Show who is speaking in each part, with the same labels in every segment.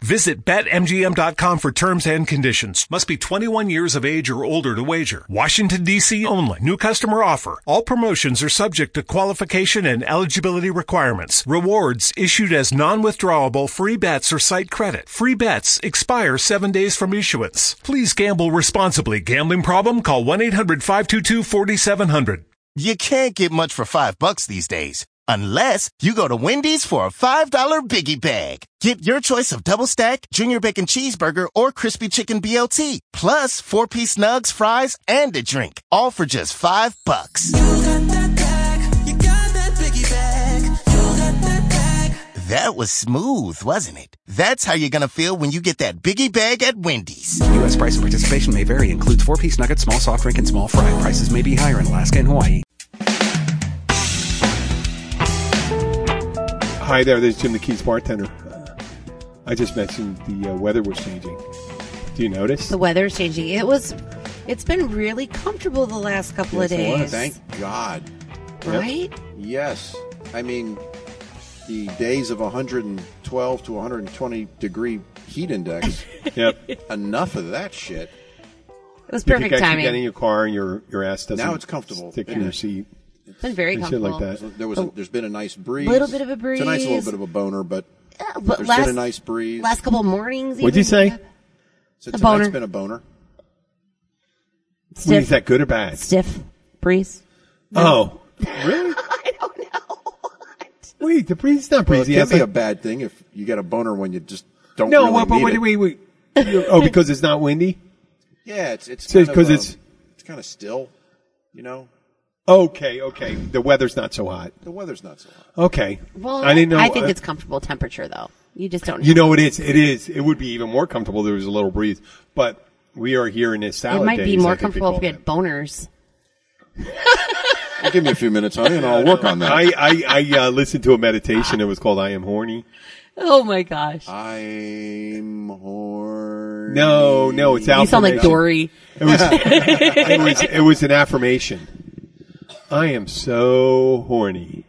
Speaker 1: Visit betmgm.com for terms and conditions. Must be 21 years of age or older to wager. Washington DC only. New customer offer. All promotions are subject to qualification and eligibility requirements. Rewards issued as non-withdrawable free bets or site credit. Free bets expire 7 days from issuance. Please gamble responsibly. Gambling problem? Call 1-800-522-4700.
Speaker 2: You can't get much for five bucks these days. Unless you go to Wendy's for a $5 biggie bag. Get your choice of double stack, junior bacon cheeseburger, or crispy chicken BLT. Plus four piece nugs, fries, and a drink. All for just five bucks. That was smooth, wasn't it? That's how you're gonna feel when you get that biggie bag at Wendy's.
Speaker 3: U.S. price and participation may vary. Includes four-piece nugget, small soft drink, and small fry. Prices may be higher in Alaska and Hawaii.
Speaker 4: Hi there, this is Jim the Keys bartender. Uh, I just mentioned the uh, weather was changing. Do you notice?
Speaker 5: The weather is changing. It was, it's been really comfortable the last couple
Speaker 6: Yes,
Speaker 5: of
Speaker 6: it was.
Speaker 5: days,
Speaker 6: Thank God.
Speaker 5: right?
Speaker 6: Yes. I mean, the days of 112 to 120 degree heat index,
Speaker 4: Yep.
Speaker 6: enough of that shit.
Speaker 5: It was
Speaker 4: you can
Speaker 5: perfect
Speaker 4: actually
Speaker 5: timing.
Speaker 4: get in your car and your, your ass doesn't
Speaker 6: Now it's comfortable,
Speaker 4: stick in
Speaker 6: isn't
Speaker 4: your
Speaker 6: it?
Speaker 4: seat.
Speaker 5: it's been very
Speaker 4: and shit
Speaker 5: comfortable.
Speaker 4: like that.
Speaker 6: There was a, there's been a nice breeze.
Speaker 5: Oh. Little bit of a breeze.
Speaker 6: Tonight's a little bit of a boner, but
Speaker 5: Yeah, Uh, but
Speaker 6: there's
Speaker 5: last,
Speaker 6: been a nice breeze.
Speaker 5: last couple mornings.
Speaker 4: What'd you
Speaker 5: even, uh,
Speaker 4: say?
Speaker 5: yeah.
Speaker 6: so
Speaker 5: a
Speaker 6: tonight's
Speaker 5: boner.
Speaker 6: been a boner.
Speaker 4: Is
Speaker 5: Stiff,
Speaker 4: that good or bad?
Speaker 5: stiff breeze.
Speaker 4: Oh, really?
Speaker 5: I don't know.
Speaker 4: Wait, the breeze is not
Speaker 6: Well, it
Speaker 4: breezy.
Speaker 6: can
Speaker 4: That's
Speaker 6: be a
Speaker 4: like-
Speaker 6: bad thing if you get a boner when you just don't
Speaker 4: no,
Speaker 6: really
Speaker 4: well, but
Speaker 6: need
Speaker 4: wait,
Speaker 6: it.
Speaker 4: wait, wait. Oh, because it's not windy.
Speaker 6: Yeah, it's it's
Speaker 4: So it's
Speaker 6: kind
Speaker 4: 'cause
Speaker 6: of,
Speaker 4: it's-
Speaker 6: um, it's kind of still, you know.
Speaker 4: Okay, okay. The weather's not so hot.
Speaker 6: The weather's not so hot.
Speaker 4: Okay.
Speaker 5: Well,
Speaker 4: I didn't know.
Speaker 5: think
Speaker 4: uh,
Speaker 5: it's comfortable temperature though. You just don't.
Speaker 4: You know, it is. It is. It would be even more comfortable. if There was a little breeze, but we are here in this salad.
Speaker 5: it might be
Speaker 4: days, I
Speaker 5: more
Speaker 4: think they
Speaker 5: comfortable if
Speaker 4: call
Speaker 5: we had
Speaker 4: them.
Speaker 5: boners.
Speaker 6: Well, give me a few minutes, honey, and I'll work on that.
Speaker 4: I I, I uh, listened to a meditation. It was called "I Am Horny."
Speaker 5: Oh my gosh!
Speaker 6: I'm horny.
Speaker 4: No, no, it's
Speaker 5: you sound like
Speaker 4: affirmation.
Speaker 5: Dory.
Speaker 4: It was, it was it was an affirmation. I am so horny.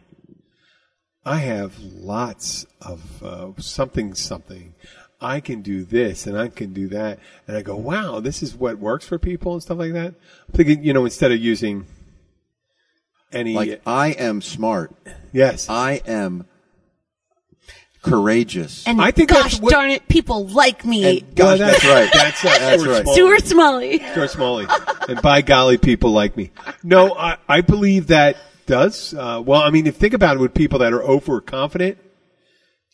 Speaker 4: I have lots of uh, something something. I can do this and I can do that. And I go, wow, this is what works for people and stuff like that. I'm thinking, you know, instead of using any,
Speaker 6: Like uh, I am smart.
Speaker 4: yes,
Speaker 6: I am courageous.
Speaker 5: And
Speaker 4: I think
Speaker 5: gosh
Speaker 4: that's what-
Speaker 5: darn it, people like me.
Speaker 6: And gosh,
Speaker 4: Well,
Speaker 6: that's right.
Speaker 4: That's, uh,
Speaker 6: That's
Speaker 4: Stuart
Speaker 6: right.
Speaker 4: Smalley.
Speaker 5: Stuart Smalley.
Speaker 4: George Smalley. and by golly, people like me. No, I, I believe that does. Uh, well, I mean, if think about it with people that are overconfident,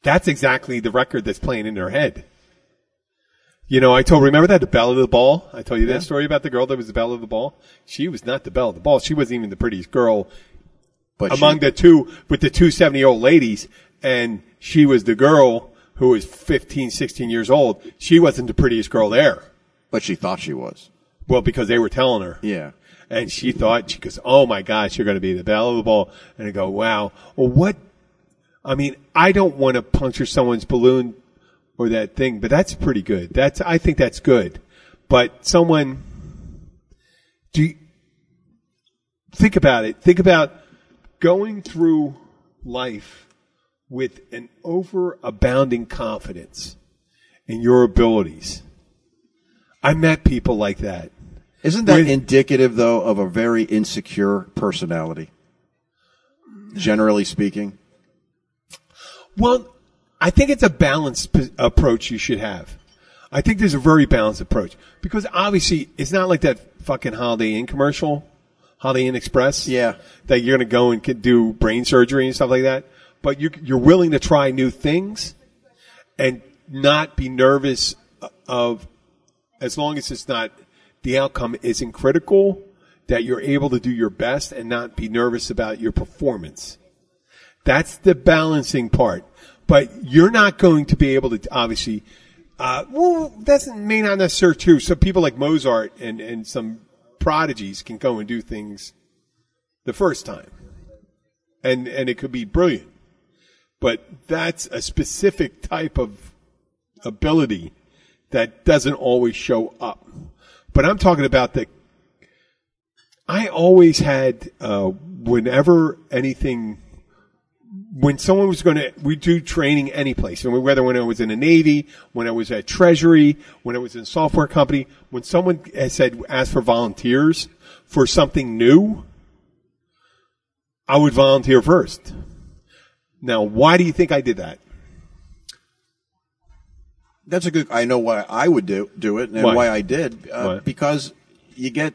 Speaker 4: that's exactly the record that's playing in their head. You know, I told, remember that, the belle of the ball? I told you that story about the girl that was the belle of the ball? She was not the belle of the ball. She wasn't even the prettiest girl
Speaker 6: but
Speaker 4: among
Speaker 6: she,
Speaker 4: the two, with the two 70 year old ladies. And she was the girl who was 15, 16 years old. She wasn't the prettiest girl there.
Speaker 6: but she thought she was.
Speaker 4: Well, because they were telling her.
Speaker 6: Yeah.
Speaker 4: And she thought, she goes, oh my gosh, you're going to be the belle of the ball. And I go, wow. Well, what? I mean, I don't want to puncture someone's balloon or that thing, but that's pretty good. That's, I think that's good. But someone, do you, think about it. Think about going through life with an overabounding confidence in your abilities. I met people like that.
Speaker 6: Isn't that
Speaker 4: With-
Speaker 6: indicative, though, of a very insecure personality? Generally speaking,
Speaker 4: Well, I think it's a balanced p- approach you should have. I think there's a very balanced approach because obviously it's not like that fucking Holiday Inn commercial, Holiday Inn Express.
Speaker 6: Yeah.
Speaker 4: That you're going to go and can do brain surgery and stuff like that. But you, you're willing to try new things and not be nervous of as long as it's not the outcome isn't critical that you're able to do your best and not be nervous about your performance. That's the balancing part. But you're not going to be able to obviously Uh, well, that's may not necessarily true. So people like Mozart and, and some prodigies can go and do things the first time. And, and it could be brilliant. But that's a specific type of ability that doesn't always show up. But I'm talking about the, I always had, uh, whenever anything when someone was going to, we do training any place, and whether when I was in the Navy, when I was at Treasury, when I was in a software company, when someone has said, asked for volunteers for something new, I would volunteer first. Now, why do you think I did that?
Speaker 6: That's a good. I know why I would do do it and
Speaker 4: Why?
Speaker 6: why, I did uh,
Speaker 4: Why?
Speaker 6: because you get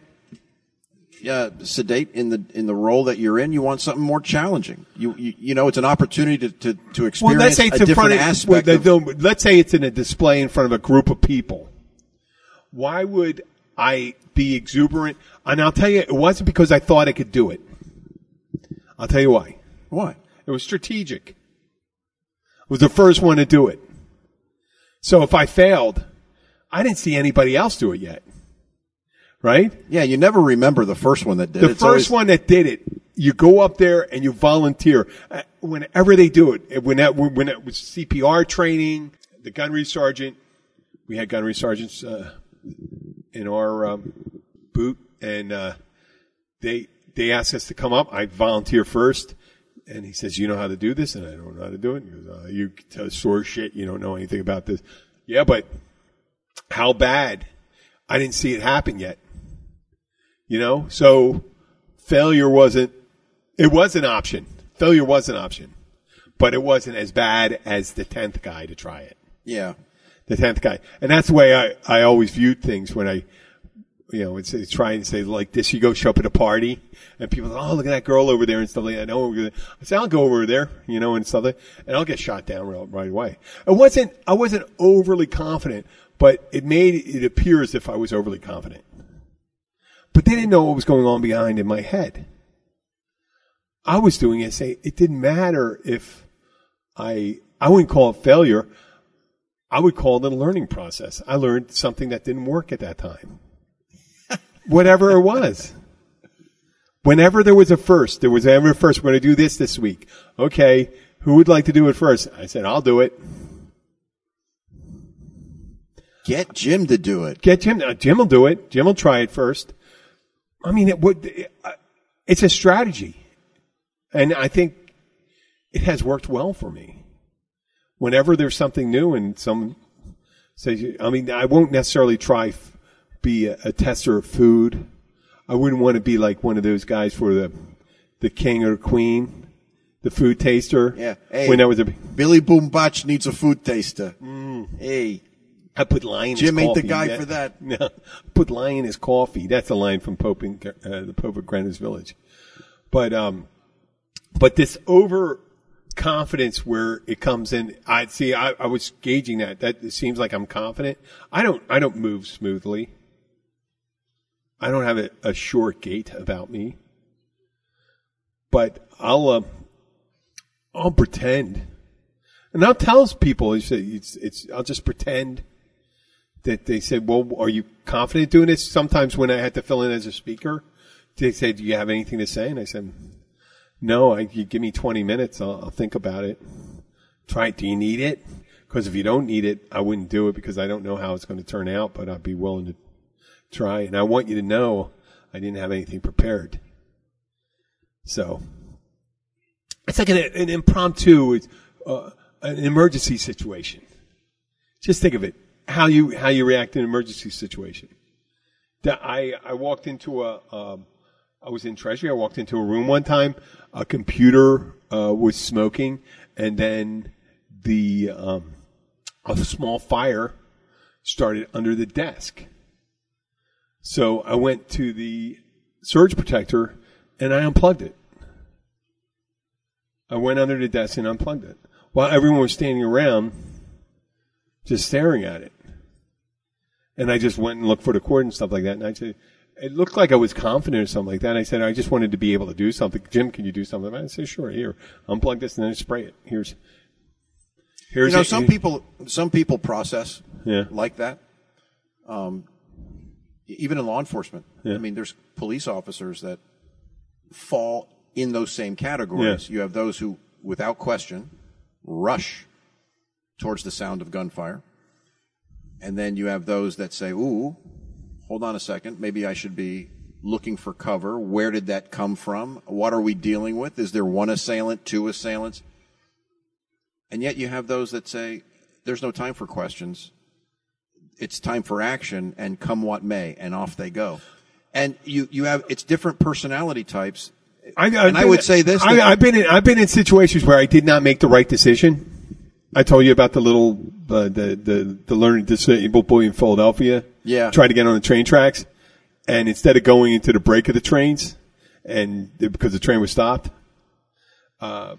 Speaker 6: uh, sedate in the in the role that you're in. You want something more challenging. You you, you know it's an opportunity to to, to experience a different
Speaker 4: front of, well,
Speaker 6: aspect.
Speaker 4: the-
Speaker 6: of,
Speaker 4: the- let's say it's in a display in front of a group of people. Why would I be exuberant? And I'll tell you, it wasn't because I thought I could do it. I'll tell you why.
Speaker 6: why?
Speaker 4: It was strategic. It was the first one to do it. So if I failed, I didn't see anybody else do it yet. Right?
Speaker 6: Yeah, you never remember the first one that did.
Speaker 4: The
Speaker 6: It's
Speaker 4: first
Speaker 6: always-
Speaker 4: one that did it, you go up there and you volunteer. Uh, Whenever they do it, when that, when it was CPR training, the gunnery sergeant, we had gunnery sergeants uh, in our um, boot, and uh, they they asked us to come up. I volunteer first, and he says, "You know how to do this," and I don't know how to do it. And he goes, uh, "You tell sore shit. You don't know anything about this." Yeah, but how bad? I didn't see it happen yet. You know, so failure wasn't. It was an option. Failure was an option, but it wasn't as bad as the tenth guy to try it
Speaker 6: Yeah.
Speaker 4: the tenth guy, and that's the way I, I always viewed things when I, you know, it's, it's trying to say like this. You go show up at a party, and people, say, oh look at that girl over there and stuff like that. No, we're gonna- I say I'll go over there, you know, and stuff like, and I'll get shot down real, right away. It wasn't I wasn't overly confident, but it made it appear as if I was overly confident. But they didn't know what was going on behind in my head. I was doing it. Say it didn't matter if I I wouldn't call it failure. I would call it a learning process. I learned something that didn't work at that time. Whatever it was. Whenever there was a first, there was ever a first, we're going to do this this week. Okay, who would like to do it first? I said, I'll do it.
Speaker 6: Get Jim to do it.
Speaker 4: Get Jim. uh, Jim will do it. Jim will try it first. I mean, it would, it, uh, it's a strategy. And I think it has worked well for me. Whenever there's something new and some says, I mean, I won't necessarily try f- be a, a tester of food. I wouldn't want to be like one of those guys for the, the king or queen, the food taster.
Speaker 6: Yeah. Hey.
Speaker 4: When I was a,
Speaker 6: Billy Boom Botch needs a food taster.
Speaker 4: Mm.
Speaker 6: Hey,
Speaker 4: I put lion. in
Speaker 6: Jim
Speaker 4: his
Speaker 6: ain't the
Speaker 4: coffee.
Speaker 6: guy for that.
Speaker 4: No, put lion in his coffee. That's a line from Pope and uh, the Pope of Greenwich Village. But um, but this overconfidence where it comes in, I see. I, I was gauging that. That it seems like I'm confident. I don't. I don't move smoothly. I don't have a, a sure gait about me. But I'll uh, I'll pretend. And I'll tell people, it's, it's, it's, I'll just pretend that they said, well, are you confident doing this? Sometimes when I had to fill in as a speaker, they said, do you have anything to say? And I said, no, I, you give me 20 minutes. I'll, I'll think about it. Try it. Do you need it? Because if you don't need it, I wouldn't do it because I don't know how it's going to turn out, but I'd be willing to try. And I want you to know I didn't have anything prepared. So it's like an, an impromptu, it's, uh, an emergency situation. Just think of it how you how you react in an emergency situation. That I I walked into a um, I was in Treasury. I walked into a room one time. A computer uh, was smoking, and then the um, a small fire started under the desk. So I went to the surge protector and I unplugged it. I went under the desk and unplugged it while everyone was standing around just staring at it. And I just went and looked for the cord and stuff like that. And I said, it looked like I was confident or something like that. And I said, I just wanted to be able to do something. Jim, can you do something? I said, sure, here, unplug this and then spray it. Here's, here's
Speaker 6: you know
Speaker 4: it.
Speaker 6: some people some people process
Speaker 4: Yeah.
Speaker 6: like that. Um, e- even in law enforcement, I mean, there's police officers that fall in those same categories.
Speaker 4: Yeah.
Speaker 6: You have those who, without question, rush towards the sound of gunfire, and then you have those that say, "Ooh, hold on a second, maybe I should be." Looking for cover. Where did that come from? What are we dealing with? Is there one assailant, two assailants? And yet you have those that say, there's no time for questions. It's time for action and come what may and off they go. And you, you have, it's different personality types.
Speaker 4: I, I've
Speaker 6: And I
Speaker 4: been-
Speaker 6: would say this,
Speaker 4: I,
Speaker 6: that-
Speaker 4: I've been in, I've been in situations where I did not make the right decision. I told you about the little uh, the the the learning disabled boy in Philadelphia.
Speaker 6: Yeah.
Speaker 4: tried to get on the train tracks, and instead of going into the break of the trains, and because the train was stopped, uh,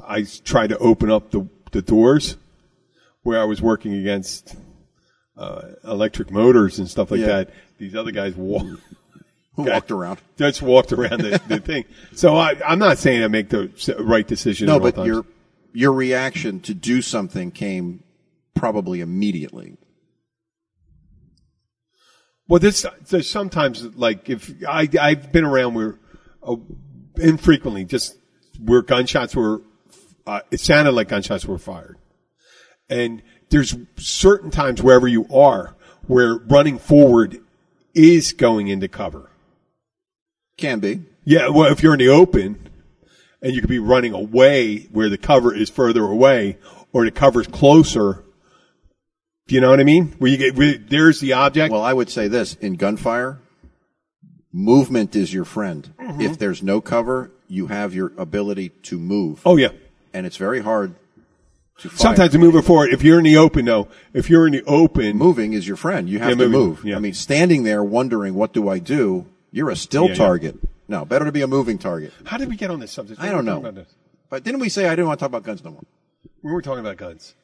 Speaker 4: I s- tried to open up the the doors where I was working against uh, electric motors and stuff like
Speaker 6: Yeah.
Speaker 4: that. These other guys walked
Speaker 6: Who
Speaker 4: Okay.
Speaker 6: walked around?
Speaker 4: just walked around the, the thing. So I, I'm not saying I make the s- right decision.
Speaker 6: No,
Speaker 4: at all
Speaker 6: but
Speaker 4: times.
Speaker 6: your, your reaction to do something came probably immediately.
Speaker 4: well, there's, there's sometimes like if I I've been around where uh, infrequently just where gunshots were, uh, it sounded like gunshots were fired, and there's certain times wherever you are where running forward is going into cover.
Speaker 6: Can be.
Speaker 4: Yeah, well, if you're in the open and you could be running away where the cover is further away or the cover's closer, do you know what I mean? Where you get where, there's the object.
Speaker 6: Well, I would say this in gunfire, movement is your friend. If there's no cover, you have your ability to move.
Speaker 4: oh yeah.
Speaker 6: And it's very hard to fire.
Speaker 4: Sometimes you move it forward. If you're in the open though, if you're in the open,
Speaker 6: moving is your friend. You have
Speaker 4: Yeah,
Speaker 6: to
Speaker 4: moving,
Speaker 6: move.
Speaker 4: yeah.
Speaker 6: I mean, standing there wondering what do I do? You're a still
Speaker 4: yeah.
Speaker 6: target. No, better to be a moving target.
Speaker 4: how did we get on this subject?
Speaker 6: I don't
Speaker 4: We were
Speaker 6: know.
Speaker 4: talking about this.
Speaker 6: But didn't we say I didn't want to talk about guns no more?
Speaker 4: We were talking about guns.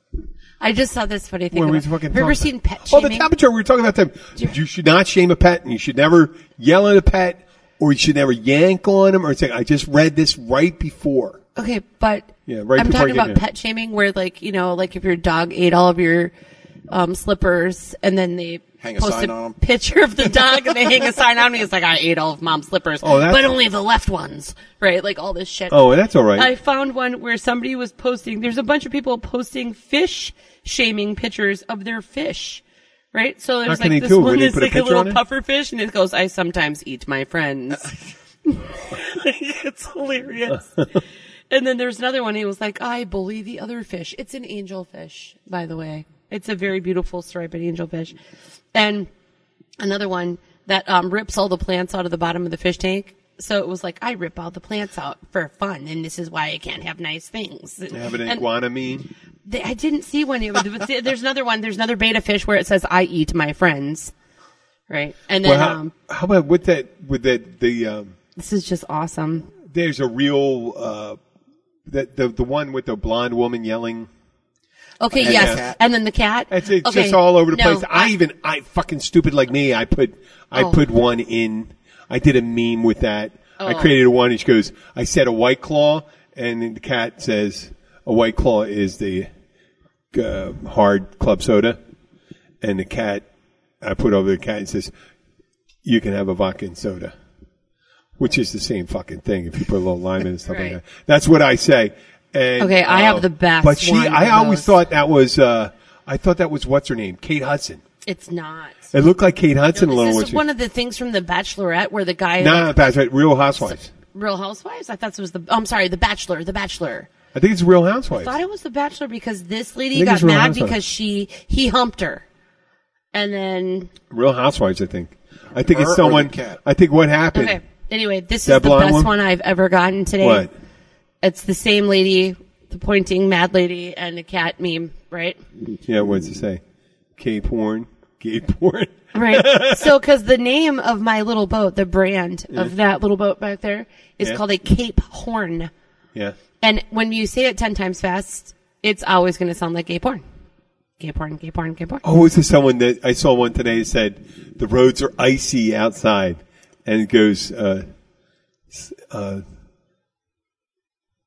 Speaker 5: I just saw this funny thing.
Speaker 4: When we
Speaker 5: about-
Speaker 4: fucking
Speaker 5: have you ever
Speaker 4: talked-
Speaker 5: seen pet
Speaker 4: Oh,
Speaker 5: shaming?
Speaker 4: the temperature. We were talking about them. You should not shame a pet, and you should never yell at a pet, or you should never yank on them, or say, "I just read this right before."
Speaker 5: Okay, but
Speaker 4: Yeah, right
Speaker 5: I'm
Speaker 4: before
Speaker 5: talking
Speaker 4: you
Speaker 5: about
Speaker 4: get-
Speaker 5: pet shaming, where like you know, like if your dog ate all of your um, slippers, and then they
Speaker 6: Hang a
Speaker 5: post
Speaker 6: sign on 'em.
Speaker 5: picture of the dog, and they hang a sign on me. It's like I ate all of mom's slippers,
Speaker 4: Oh, that's-
Speaker 5: but only the left ones, right? Like all this shit.
Speaker 4: Oh, that's all right.
Speaker 5: I found one where somebody was posting. There's a bunch of people posting fish shaming pictures of their fish, right? So there's
Speaker 4: How can
Speaker 5: like
Speaker 4: he
Speaker 5: this
Speaker 4: do it?
Speaker 5: one
Speaker 4: Would he
Speaker 5: that's
Speaker 4: put a
Speaker 5: like a
Speaker 4: picture
Speaker 5: little
Speaker 4: on it?
Speaker 5: puffer fish, and it goes, "I sometimes eat my friends." it's hilarious. and then there's another one. He was like, "I bully the other fish." It's an angelfish, by the way. It's a very beautiful striped angelfish, and another one that um, rips all the plants out of the bottom of the fish tank. So it was like, I rip all the plants out for fun, and this is why I can't have nice things.
Speaker 4: Have an
Speaker 5: And
Speaker 4: iguana mean?
Speaker 5: they- I didn't see one. It was- There's another one. There's another beta fish where it says, "I eat my friends," right? And then
Speaker 4: Well, how,
Speaker 5: um,
Speaker 4: how about with that? With that, the um,
Speaker 5: this is just awesome.
Speaker 4: there's a real uh, that the the one with the blonde woman yelling.
Speaker 5: Okay,
Speaker 6: And
Speaker 5: yes.
Speaker 6: the cat.
Speaker 5: And then the cat.
Speaker 4: It's, it's
Speaker 5: okay.
Speaker 4: just all over the
Speaker 5: No,
Speaker 4: place. I, even I fucking stupid like me. I put I
Speaker 5: Oh.
Speaker 4: put one in. I did a meme with that. I
Speaker 5: Oh.
Speaker 4: created one. And she goes, I said a white claw, and then the cat says a white claw is the uh, hard club soda, and the cat. I put over the cat and says, you can have a vodka and soda, which is the same fucking thing if you put a little lime in and stuff
Speaker 5: Right.
Speaker 4: like that. That's what I say. And,
Speaker 5: Okay, I have the best
Speaker 4: But she,
Speaker 5: one of
Speaker 4: I always
Speaker 5: those.
Speaker 4: thought that was, uh, I thought that was what's her name, Kate Hudson.
Speaker 5: it's not.
Speaker 4: It looked like Kate Hudson a little.
Speaker 5: This
Speaker 4: when
Speaker 5: is
Speaker 4: she-
Speaker 5: one of the things from The Bachelorette where the guy
Speaker 4: no, no, that's right, Real Housewives.
Speaker 5: Real Housewives? I thought this was the. oh, I'm sorry, The Bachelor. The Bachelor.
Speaker 4: I think it's Real
Speaker 5: I
Speaker 4: Housewives.
Speaker 5: thought it was The Bachelor because this lady
Speaker 4: think
Speaker 5: got
Speaker 4: it's Real
Speaker 5: mad
Speaker 4: Housewives.
Speaker 5: because she he humped her, and then
Speaker 4: Real Housewives. I think. I think
Speaker 6: Her or
Speaker 4: it's someone.
Speaker 6: the cat?
Speaker 4: I think what happened.
Speaker 5: okay. Anyway, this is
Speaker 4: That
Speaker 5: the
Speaker 4: blonde
Speaker 5: best
Speaker 4: one?
Speaker 5: one? I've ever gotten today.
Speaker 4: What?
Speaker 5: It's the same lady, the pointing mad lady, and the cat meme, right?
Speaker 4: Yeah, what does it say? K porn, gay porn.
Speaker 5: Right. so, because the name of my little boat, the brand of that little boat back there, is
Speaker 4: Yeah.
Speaker 5: called a Cape Horn.
Speaker 4: Yeah.
Speaker 5: And when you say it 10 times fast, it's always going to sound like gay porn. Gay porn, gay porn, gay porn.
Speaker 4: Oh, is this someone that I saw one today that said the roads are icy outside, and it goes uh, s- uh,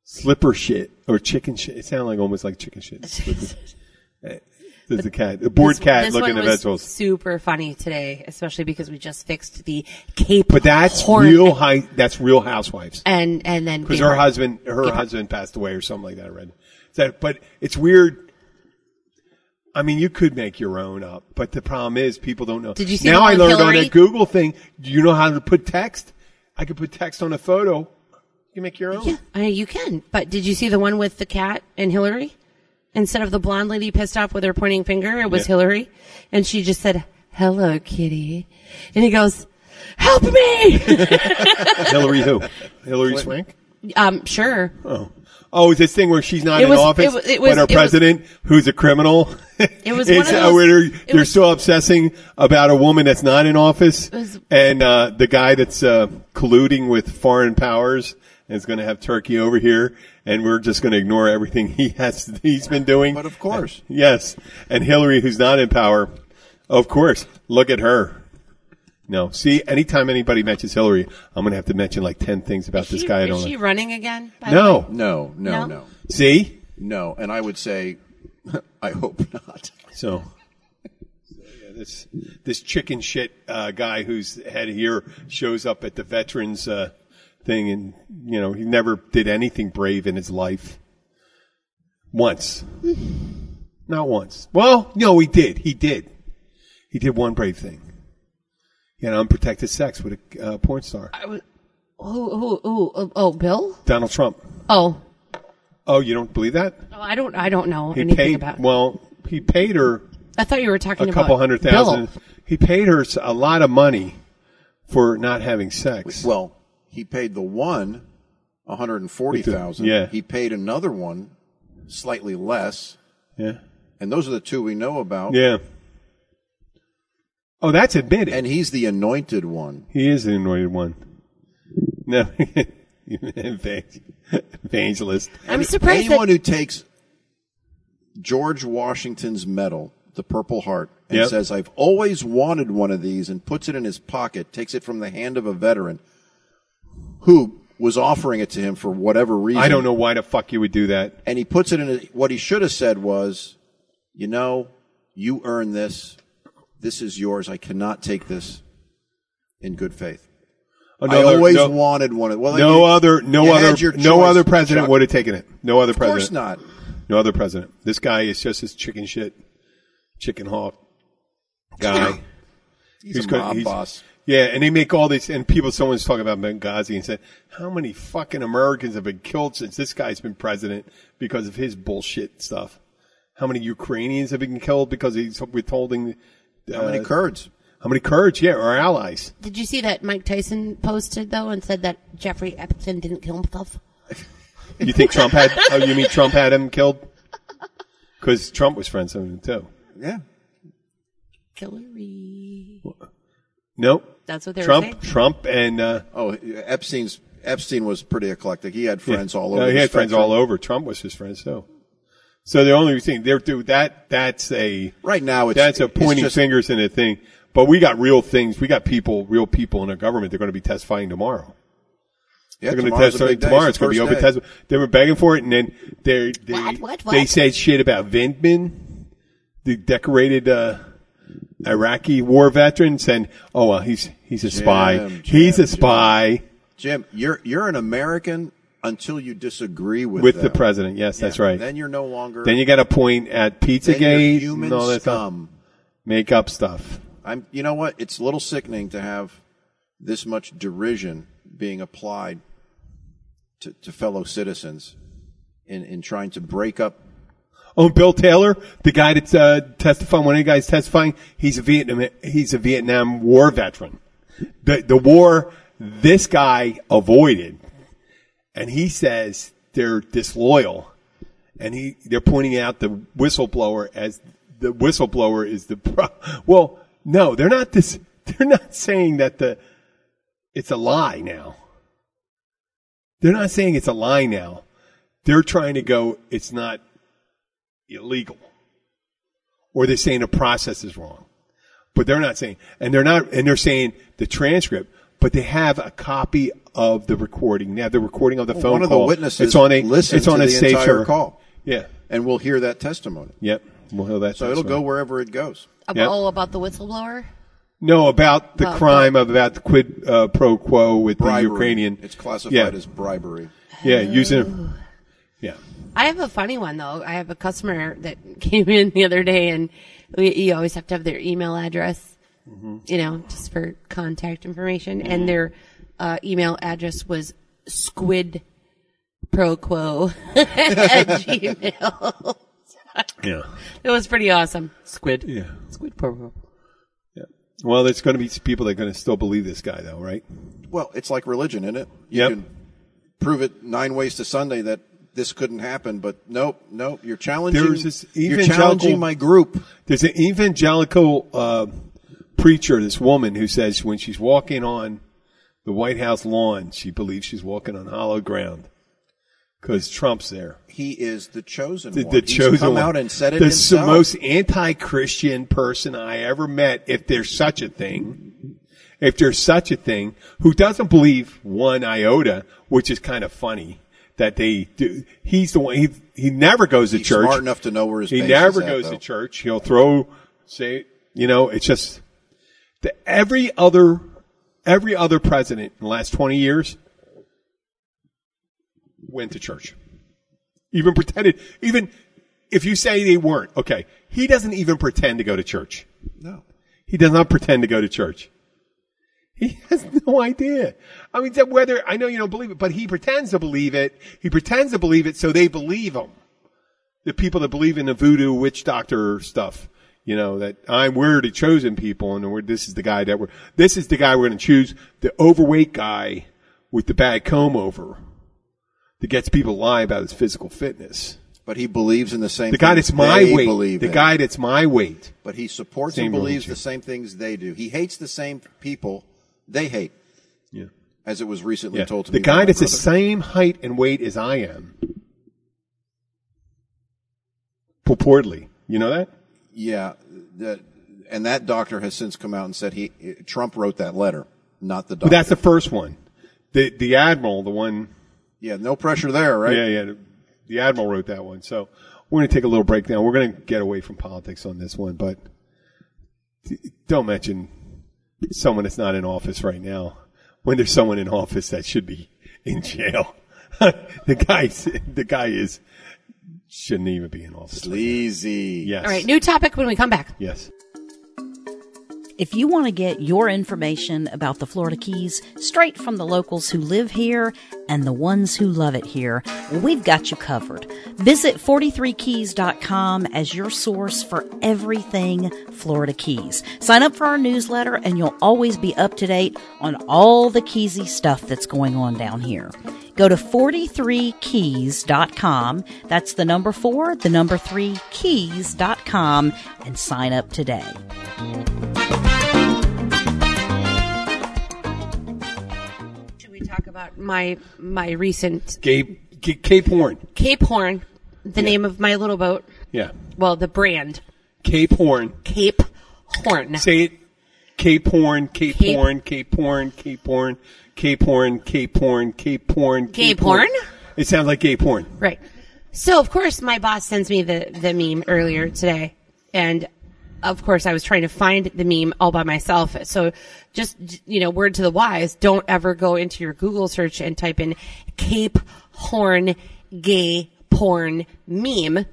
Speaker 4: slipper shit or chicken shit. It sounded like almost like chicken shit. Slipper. There's a cat, a bored cat
Speaker 5: this
Speaker 4: looking
Speaker 5: one
Speaker 4: at
Speaker 5: was
Speaker 4: vegetables.
Speaker 5: Super funny today, especially because we just fixed the Cape.
Speaker 4: But that's
Speaker 5: Horn
Speaker 4: real high. That's real housewives.
Speaker 5: And and then
Speaker 4: because
Speaker 5: Cape
Speaker 4: her
Speaker 5: Horn.
Speaker 4: husband her husband passed away or something like that. I read that, but it's weird. I mean, you could make your own up, but the problem is people don't know.
Speaker 5: Did you see the
Speaker 4: now?
Speaker 5: one
Speaker 4: I
Speaker 5: with
Speaker 4: learned on
Speaker 5: Hillary?
Speaker 4: that Google thing. Do you know how to put text? I could put text on a photo. You make your own.
Speaker 5: Yeah, uh, you can. But did you see the one with the cat and Hillary? Instead of the blonde lady pissed off with her pointing finger, it was Hillary, and she just said, "Hello, kitty," and he goes, "Help me!"
Speaker 4: Hillary who? Hillary Swank.
Speaker 5: um, sure.
Speaker 4: Oh. Oh, it's this thing where she's not
Speaker 5: It
Speaker 4: in
Speaker 5: was- it
Speaker 4: office,
Speaker 5: wa- it was-
Speaker 4: but our
Speaker 5: it was-
Speaker 4: president, who's a criminal, it
Speaker 5: was one of those-
Speaker 4: where
Speaker 5: it
Speaker 4: they're, they're
Speaker 5: was-
Speaker 4: so obsessing about a woman that's not in office,
Speaker 5: was-
Speaker 4: and uh, the guy that's uh, colluding with foreign powers and is going to have Turkey over here, and we're just going to ignore everything he has he's been doing.
Speaker 6: But of course.
Speaker 4: yes, and Hillary, who's not in power, of course, look at her. No, see, anytime anybody mentions Hillary, I'm going to have to mention like ten things about this
Speaker 5: She-
Speaker 4: guy. I
Speaker 5: is
Speaker 4: don't
Speaker 5: she
Speaker 4: like.
Speaker 5: running again? by the way?
Speaker 4: No,
Speaker 6: No, no,
Speaker 5: No?
Speaker 6: no,
Speaker 4: see.
Speaker 6: no. And I would say, I hope not.
Speaker 4: So, yeah, this this chicken shit uh, guy who's head here shows up at the veterans uh, thing, and you know he never did anything brave in his life. Once, not once. Well, no, he did. He did. He did one brave thing. He had unprotected sex with a uh, porn star,
Speaker 5: Who? Who? Who? Oh, oh, Bill.
Speaker 4: Donald Trump.
Speaker 5: Oh.
Speaker 4: Oh, you don't believe that?
Speaker 5: Oh, I don't. I don't know
Speaker 4: He
Speaker 5: anything
Speaker 4: paid.
Speaker 5: about.
Speaker 4: Well, he paid her.
Speaker 5: I thought you were talking
Speaker 4: a
Speaker 5: about
Speaker 4: couple hundred
Speaker 5: Bill.
Speaker 4: thousand. He paid her s- a lot of money for not having sex.
Speaker 6: Well, he paid the one, one hundred and forty thousand.
Speaker 4: Yeah.
Speaker 6: He paid another one, slightly less,
Speaker 4: yeah,
Speaker 6: and those are the two we know about.
Speaker 4: yeah. Oh, that's admitted.
Speaker 6: And he's the anointed one.
Speaker 4: he is the anointed one. No, Evang- evangelist.
Speaker 5: I'm surprised that
Speaker 6: Anyone who takes George Washington's medal, the Purple Heart, and
Speaker 4: Yep.
Speaker 6: says, I've always wanted one of these, and puts it in his pocket, takes it from the hand of a veteran who was offering it to him for whatever reason.
Speaker 4: I don't know why the fuck you would do that.
Speaker 6: And he puts it in, his, what he should have said was, You know, you earned this. This is yours. I cannot take this in good faith. I
Speaker 4: Another-
Speaker 6: always
Speaker 4: no,
Speaker 6: wanted one of Well,
Speaker 4: no
Speaker 6: you-
Speaker 4: other, no
Speaker 6: you
Speaker 4: other,
Speaker 6: had your
Speaker 4: no
Speaker 6: choice,
Speaker 4: other president
Speaker 6: Chuck.
Speaker 4: would have taken it. No other
Speaker 6: Of
Speaker 4: president.
Speaker 6: course not.
Speaker 4: No other president. This guy is just this chicken shit, chicken hawk guy.
Speaker 6: He's,
Speaker 4: He's
Speaker 6: a
Speaker 4: gonna-
Speaker 6: mob
Speaker 4: he's-
Speaker 6: boss.
Speaker 4: Yeah, and they make all these, and people, someone's talking about Benghazi and said, how many fucking Americans have been killed since this guy's been president because of his bullshit stuff? How many Ukrainians have been killed because he's withholding, uh,
Speaker 6: How many Kurds?
Speaker 4: how many Kurds? Yeah, or allies.
Speaker 5: Did you see that Mike Tyson posted though and said that Jeffrey Epstein didn't kill himself?
Speaker 4: You think Trump had, oh, you mean Trump had him killed? Cause Trump was friends with him too.
Speaker 6: Yeah.
Speaker 5: Hillary.
Speaker 4: Nope.
Speaker 5: That's what they were saying.
Speaker 4: Trump, Trump and, uh,
Speaker 6: Oh, Epstein's Epstein was pretty eclectic. He had friends all over.
Speaker 4: No, he
Speaker 6: the
Speaker 4: had friends
Speaker 6: spectrum.
Speaker 4: all over. Trump was his friends too. So the only thing they're do that that's a
Speaker 6: Right now, it's
Speaker 4: that's a
Speaker 6: it's
Speaker 4: pointing
Speaker 6: just-
Speaker 4: fingers in a thing. But we got real things. We got people, real people in our government. They're going to be testifying tomorrow.
Speaker 6: Yeah,
Speaker 4: They're going to
Speaker 6: tomorrow's
Speaker 4: test
Speaker 6: a big day.
Speaker 4: tomorrow.
Speaker 6: the
Speaker 4: It's going to be
Speaker 6: first
Speaker 4: open
Speaker 6: day.
Speaker 4: test. They were begging for it, and then they they
Speaker 5: What, what, what?
Speaker 4: they said shit about Vindman, the decorated uh, Iraqi war veteran, saying, "Oh well, he's he's a spy.
Speaker 6: Jim,
Speaker 4: he's
Speaker 6: Jim,
Speaker 4: a spy
Speaker 6: Jim, you're you're an American until you disagree with
Speaker 4: with the
Speaker 6: them.
Speaker 4: president." Yes,
Speaker 6: Yeah,
Speaker 4: that's right.
Speaker 6: Then you're no longer.
Speaker 4: Then you got a point at
Speaker 6: then you're
Speaker 4: Pizzagate
Speaker 6: human
Speaker 4: and all that stuff.
Speaker 6: scum.
Speaker 4: Make up stuff.
Speaker 6: I'm. You know what? It's a little sickening to have this much derision being applied to, to fellow citizens in in trying to break up.
Speaker 4: Oh, Bill Taylor, the guy that's uh, testifying, one of the guys testifying, he's a Vietnam, he's a Vietnam War veteran. The the war this guy avoided, and he says they're disloyal, and he they're pointing out the whistleblower as the whistleblower is the pro- well, no, they're not this. They're not saying that the it's a lie now. They're not saying it's a lie now. They're trying to go. It's not illegal. Or they're saying the process is wrong. But they're not saying, and they're not, and they're saying the transcript, but they have a copy of the recording. They have the recording of the phone
Speaker 6: One of
Speaker 4: call.
Speaker 6: the witnesses
Speaker 4: it's on a,
Speaker 6: listened
Speaker 4: it's on
Speaker 6: to
Speaker 4: a
Speaker 6: the
Speaker 4: safe
Speaker 6: entire
Speaker 4: server.
Speaker 6: call,
Speaker 4: Yeah.
Speaker 6: and we'll hear that testimony.
Speaker 4: Yep. Well, hell, that's
Speaker 6: So it'll go wherever it goes.
Speaker 5: Ab-
Speaker 4: Yep.
Speaker 5: All Oh, about the whistleblower.
Speaker 4: No, about the
Speaker 5: Oh,
Speaker 4: crime of about the quid uh, pro quo with
Speaker 6: Bribery.
Speaker 4: the Ukrainian.
Speaker 6: It's classified
Speaker 4: Yeah.
Speaker 6: as bribery.
Speaker 4: yeah, using. Yeah.
Speaker 5: I have a funny one though. I have a customer that came in the other day, and we, you always have to have their email address, you know, just for contact information. And their uh, email address was squid pro quo at gmail.
Speaker 4: Yeah.
Speaker 5: It was pretty awesome. Squid.
Speaker 4: Yeah.
Speaker 5: Squid pro quo.
Speaker 4: Well, there's going to be people that are going to still believe this guy, though, right?
Speaker 6: Well, it's like religion, isn't it? You
Speaker 4: Yep.
Speaker 6: can prove it nine ways to Sunday that this couldn't happen, but nope, nope. You're challenging.
Speaker 4: There's this
Speaker 6: you're
Speaker 4: evangelical-
Speaker 6: challenging my group.
Speaker 4: There's an evangelical uh, preacher, this woman, who says when she's walking on the White House lawn, she believes she's walking on hollow ground because Trump's there.
Speaker 6: He is the chosen
Speaker 4: The,
Speaker 6: one.
Speaker 4: the
Speaker 6: He's
Speaker 4: chosen
Speaker 6: come
Speaker 4: one.
Speaker 6: out and said it
Speaker 4: the s-
Speaker 6: himself.
Speaker 4: most anti-Christian person I ever met, if there's such a thing, if there's such a thing, who doesn't believe one iota, which is kind of funny that they do. He's the one. He he never goes to
Speaker 6: He's
Speaker 4: church.
Speaker 6: smart enough to know where his
Speaker 4: he
Speaker 6: base
Speaker 4: never
Speaker 6: is at,
Speaker 4: goes
Speaker 6: though.
Speaker 4: to church. He'll throw say you know. It's just the every other every other president in the last twenty years went to church. Even pretended. Even if you say they weren't, okay, he doesn't even pretend to go to church.
Speaker 6: No.
Speaker 4: He does not pretend to go to church. He has no idea. I mean, that whether I know you don't believe it, but he pretends to believe it. He pretends to believe it, so they believe him. The people that believe in the voodoo witch doctor stuff, you know, that I'm we're the chosen people, and we're, this is the guy that we're this is the guy we're going to choose, the overweight guy with the bad comb over that gets people to lie about his physical fitness.
Speaker 6: But he believes in the same.
Speaker 4: The guy
Speaker 6: things
Speaker 4: that's my
Speaker 6: they
Speaker 4: weight.
Speaker 6: Believe
Speaker 4: The
Speaker 6: in.
Speaker 4: guy that's my weight.
Speaker 6: but he supports
Speaker 4: Same
Speaker 6: and believes
Speaker 4: religion.
Speaker 6: the same things they do. He hates the same people they hate,
Speaker 4: Yeah.
Speaker 6: as it was recently
Speaker 4: Yeah.
Speaker 6: told to
Speaker 4: the
Speaker 6: me. by
Speaker 4: guy
Speaker 6: my
Speaker 4: that's the
Speaker 6: brother.
Speaker 4: same height and weight as I am. Purportedly. You know that?
Speaker 6: Yeah, that, and that doctor has since come out and said he Trump wrote that letter, not the doctor.
Speaker 4: But that's the first one. The the admiral, the one
Speaker 6: yeah, no pressure there, right?
Speaker 4: Yeah, yeah. The, the admiral wrote that one. So we're going to take a little break now. We're going to get away from politics on this one, but d- don't mention someone that's not in office right now when there's someone in office that should be in jail. the guy, the guy is shouldn't even be in office.
Speaker 6: Sleazy.
Speaker 4: Yes.
Speaker 5: All right, new topic when we come back.
Speaker 4: Yes.
Speaker 7: If you want to get your information about the Florida Keys straight from the locals who live here and the ones who love it here, we've got you covered. Visit 43keys.com as your source for everything Florida Keys. Sign up for our newsletter and you'll always be up to date on all the Keysy stuff that's going on down here. Go to 43keys.com. That's the number four, the number three keys.com and sign up today.
Speaker 5: Should we talk about my my recent
Speaker 4: Gabe, G- Cape Horn.
Speaker 5: Cape Horn, the name of my little boat?
Speaker 4: Yeah.
Speaker 5: Well, the brand
Speaker 4: Cape Horn.
Speaker 5: Cape Horn.
Speaker 4: Say it. Cape Horn, Cape,
Speaker 5: Cape-
Speaker 4: Horn, Cape Horn, Cape Horn, Cape Horn, Cape Horn, Cape Horn,
Speaker 5: Cape Horn?
Speaker 4: It sounds like Cape Horn.
Speaker 5: Right. So of course my boss sends me the, the meme earlier today. And of course I was trying to find the meme all by myself. So just, you know, word to the wise, don't ever go into your Google search and type in Cape Horn gay porn meme.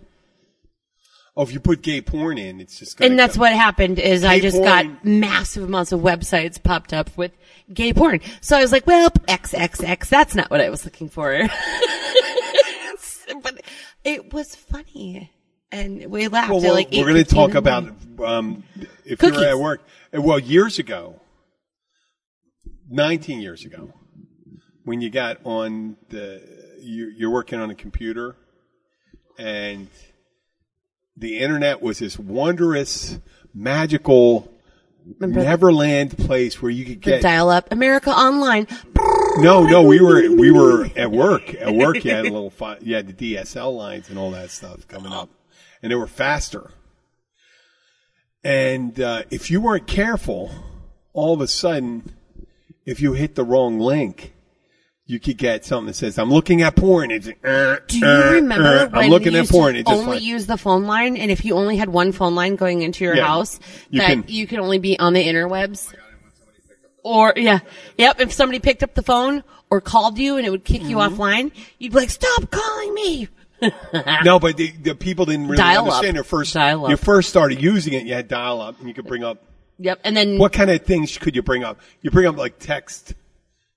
Speaker 4: Oh, if you put gay porn in, it's just gonna
Speaker 5: And that's
Speaker 4: come-
Speaker 5: what happened is I
Speaker 4: Gay
Speaker 5: just
Speaker 4: porn.
Speaker 5: got massive amounts of websites popped up with gay porn. So I was like, well, XXX, that's not what I was looking for. but it was funny. And we laughed.
Speaker 4: Well,
Speaker 5: at
Speaker 4: we're,
Speaker 5: like
Speaker 4: we're going to
Speaker 5: 8:15
Speaker 4: talk
Speaker 5: in the
Speaker 4: about
Speaker 5: morning.
Speaker 4: um, if
Speaker 5: Cookies.
Speaker 4: you're at work. uh, Well, years ago, nineteen years ago, when you got on the you're, you're working on a computer, and the internet was this wondrous, magical. Neverland place where you could
Speaker 5: the
Speaker 4: get
Speaker 5: dial up America Online.
Speaker 4: no, no, we were we were at work. At work, you had a little, fi- you had the DSL lines and all that stuff coming up, and they were faster. And uh, if you weren't careful, all of a sudden, if you hit the wrong link, you could get something that says, I'm looking at porn. It's, uh,
Speaker 5: Do you
Speaker 4: uh,
Speaker 5: remember
Speaker 4: uh,
Speaker 5: when
Speaker 4: I'm looking
Speaker 5: we
Speaker 4: at
Speaker 5: used
Speaker 4: porn.
Speaker 5: to
Speaker 4: It's just
Speaker 5: only
Speaker 4: like,
Speaker 5: use the phone line, and if you only had one phone line going into your
Speaker 4: Yeah.
Speaker 5: house,
Speaker 4: You
Speaker 5: that
Speaker 4: can-
Speaker 5: you could only be on the interwebs. Or yeah, yep. If somebody picked up the phone or called you, and it would kick you
Speaker 4: Mm-hmm.
Speaker 5: offline, you'd be like, "Stop calling me."
Speaker 4: no, but the, the people didn't really
Speaker 5: Dial up.
Speaker 4: understand. Their first,
Speaker 5: Dial up.
Speaker 4: you first started using it, you had dial up and you could bring up,
Speaker 5: Yep. And then
Speaker 4: what kind of things could you bring up? You bring up like text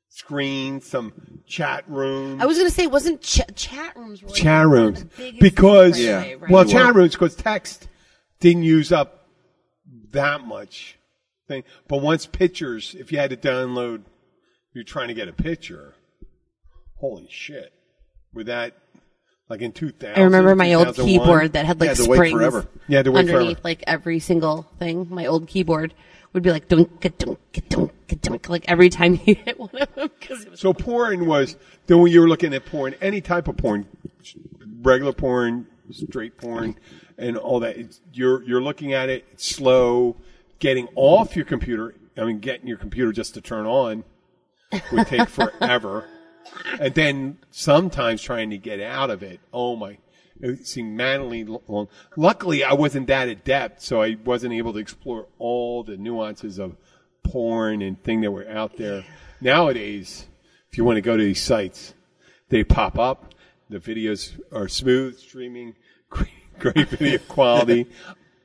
Speaker 4: screen, some chat room.
Speaker 5: I was gonna say, wasn't ch- chat rooms really
Speaker 4: chat rooms
Speaker 5: the biggest
Speaker 4: because
Speaker 5: thing
Speaker 6: Yeah.
Speaker 5: right away, right?
Speaker 4: well
Speaker 6: You
Speaker 4: chat
Speaker 6: were.
Speaker 4: rooms because text didn't use up that much thing but once pictures if you had to download you're trying to get a picture holy shit with that like in 2000
Speaker 5: I remember my old
Speaker 4: 2001,
Speaker 5: keyboard that had like
Speaker 6: had to wait
Speaker 5: springs
Speaker 6: forever.
Speaker 4: You had to wait
Speaker 5: underneath
Speaker 4: forever.
Speaker 5: like every single thing. My old keyboard would be like dunk dunk dunk dunk like every time you hit one of them because it was
Speaker 4: so porn was then when you were looking at porn any type of porn regular porn straight porn and all that it's, you're you're looking at it it's slow getting off your computer i mean getting your computer just to turn on would take forever and then sometimes trying to get out of it oh my it seemed madly lo- long luckily i wasn't that adept so i wasn't able to explore all the nuances of porn and thing that were out there nowadays if you want to go to these sites they pop up. The videos are smooth streaming, great, great video quality.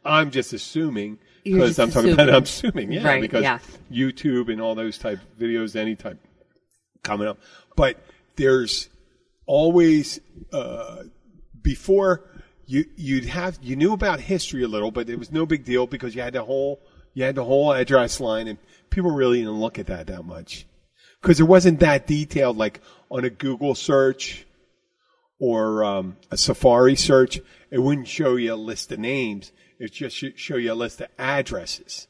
Speaker 4: I'm just assuming
Speaker 5: You're
Speaker 4: because
Speaker 5: just
Speaker 4: I'm talking about
Speaker 5: assuming.
Speaker 4: I'm assuming, yeah,
Speaker 5: Right,
Speaker 4: because
Speaker 5: yeah.
Speaker 4: YouTube and all those type videos, any type coming up. But there's always uh, before you you'd have you knew about history a little, but it was no big deal because you had the whole you had the whole address line, and people really didn't look at that that much because it wasn't that detailed like on a Google search or um, a Safari search. It wouldn't show you a list of names. It just should show you a list of addresses.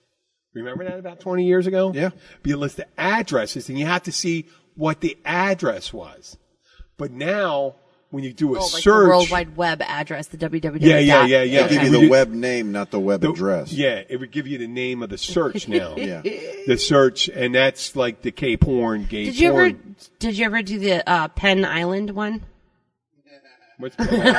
Speaker 4: Remember that about 20 years ago?
Speaker 6: Yeah.
Speaker 4: Be a list of addresses and you have to see what the address was. But now when you do a
Speaker 5: oh, like the
Speaker 4: search.
Speaker 5: World Wide Web address, the www.
Speaker 4: Yeah, yeah, yeah, yeah.
Speaker 6: They give you
Speaker 4: We
Speaker 6: the
Speaker 4: did-
Speaker 6: web name, not the web
Speaker 4: the-
Speaker 6: address.
Speaker 4: Yeah. It would give you the name of the search now.
Speaker 6: Yeah.
Speaker 4: The search. And that's like the Cape Horn, gay
Speaker 5: Did you ever?
Speaker 4: porn.
Speaker 5: Did you ever do the uh, Penn Island one?
Speaker 4: What's Penn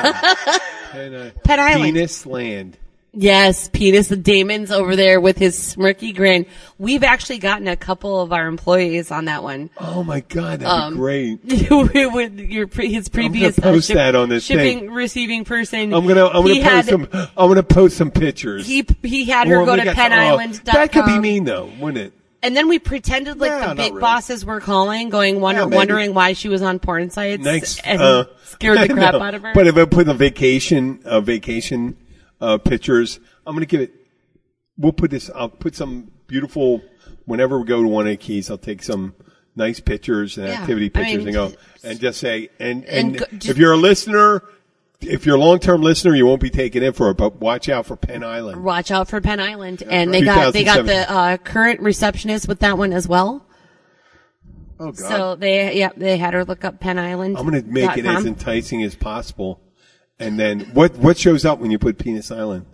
Speaker 5: Penn Island.
Speaker 4: Penis land.
Speaker 5: Yes, penis Damon's over there with his smirky grin. We've actually gotten a couple of our employees on that one.
Speaker 4: Oh my God, that'd
Speaker 5: Um,
Speaker 4: be great.
Speaker 5: with your pre- his previous uh,
Speaker 4: post that on this
Speaker 5: shipping
Speaker 4: thing.
Speaker 5: receiving person.
Speaker 4: I'm gonna I'm gonna
Speaker 5: he
Speaker 4: post
Speaker 5: had,
Speaker 4: some I'm gonna post some pictures.
Speaker 5: He he had
Speaker 4: Or
Speaker 5: her go
Speaker 4: we
Speaker 5: to
Speaker 4: got-
Speaker 5: PennIsland.com.
Speaker 4: oh, That could be mean though, wouldn't it?
Speaker 5: And then we pretended like
Speaker 6: Yeah,
Speaker 5: the
Speaker 6: not
Speaker 5: big
Speaker 6: really.
Speaker 5: bosses were calling, going wonder,
Speaker 6: Yeah, maybe.
Speaker 5: wondering why she was on porn sites
Speaker 4: Next,
Speaker 5: and
Speaker 4: uh,
Speaker 5: scared the
Speaker 4: I
Speaker 5: crap
Speaker 4: know.
Speaker 5: out of her.
Speaker 4: But if I put the vacation uh, vacation uh, pictures, I'm gonna give it. We'll put this. I'll put some beautiful. Whenever we go to one of the keys, I'll take some nice pictures and
Speaker 5: Yeah,
Speaker 4: activity
Speaker 5: I
Speaker 4: pictures
Speaker 5: mean,
Speaker 4: and go and just say and and,
Speaker 5: and go-
Speaker 4: if you're a listener. If you're a long-term listener, you won't be taken in for it, but watch out for Penn Island.
Speaker 5: Watch out for Penn Island, and they got they got the uh, current receptionist with that one as well.
Speaker 6: Oh God.
Speaker 5: So they yeah they had her look up Penn Island.
Speaker 4: I'm going to make it
Speaker 5: dot
Speaker 4: as
Speaker 5: com.
Speaker 4: enticing as possible. And then what, what shows up when you put Penis Island?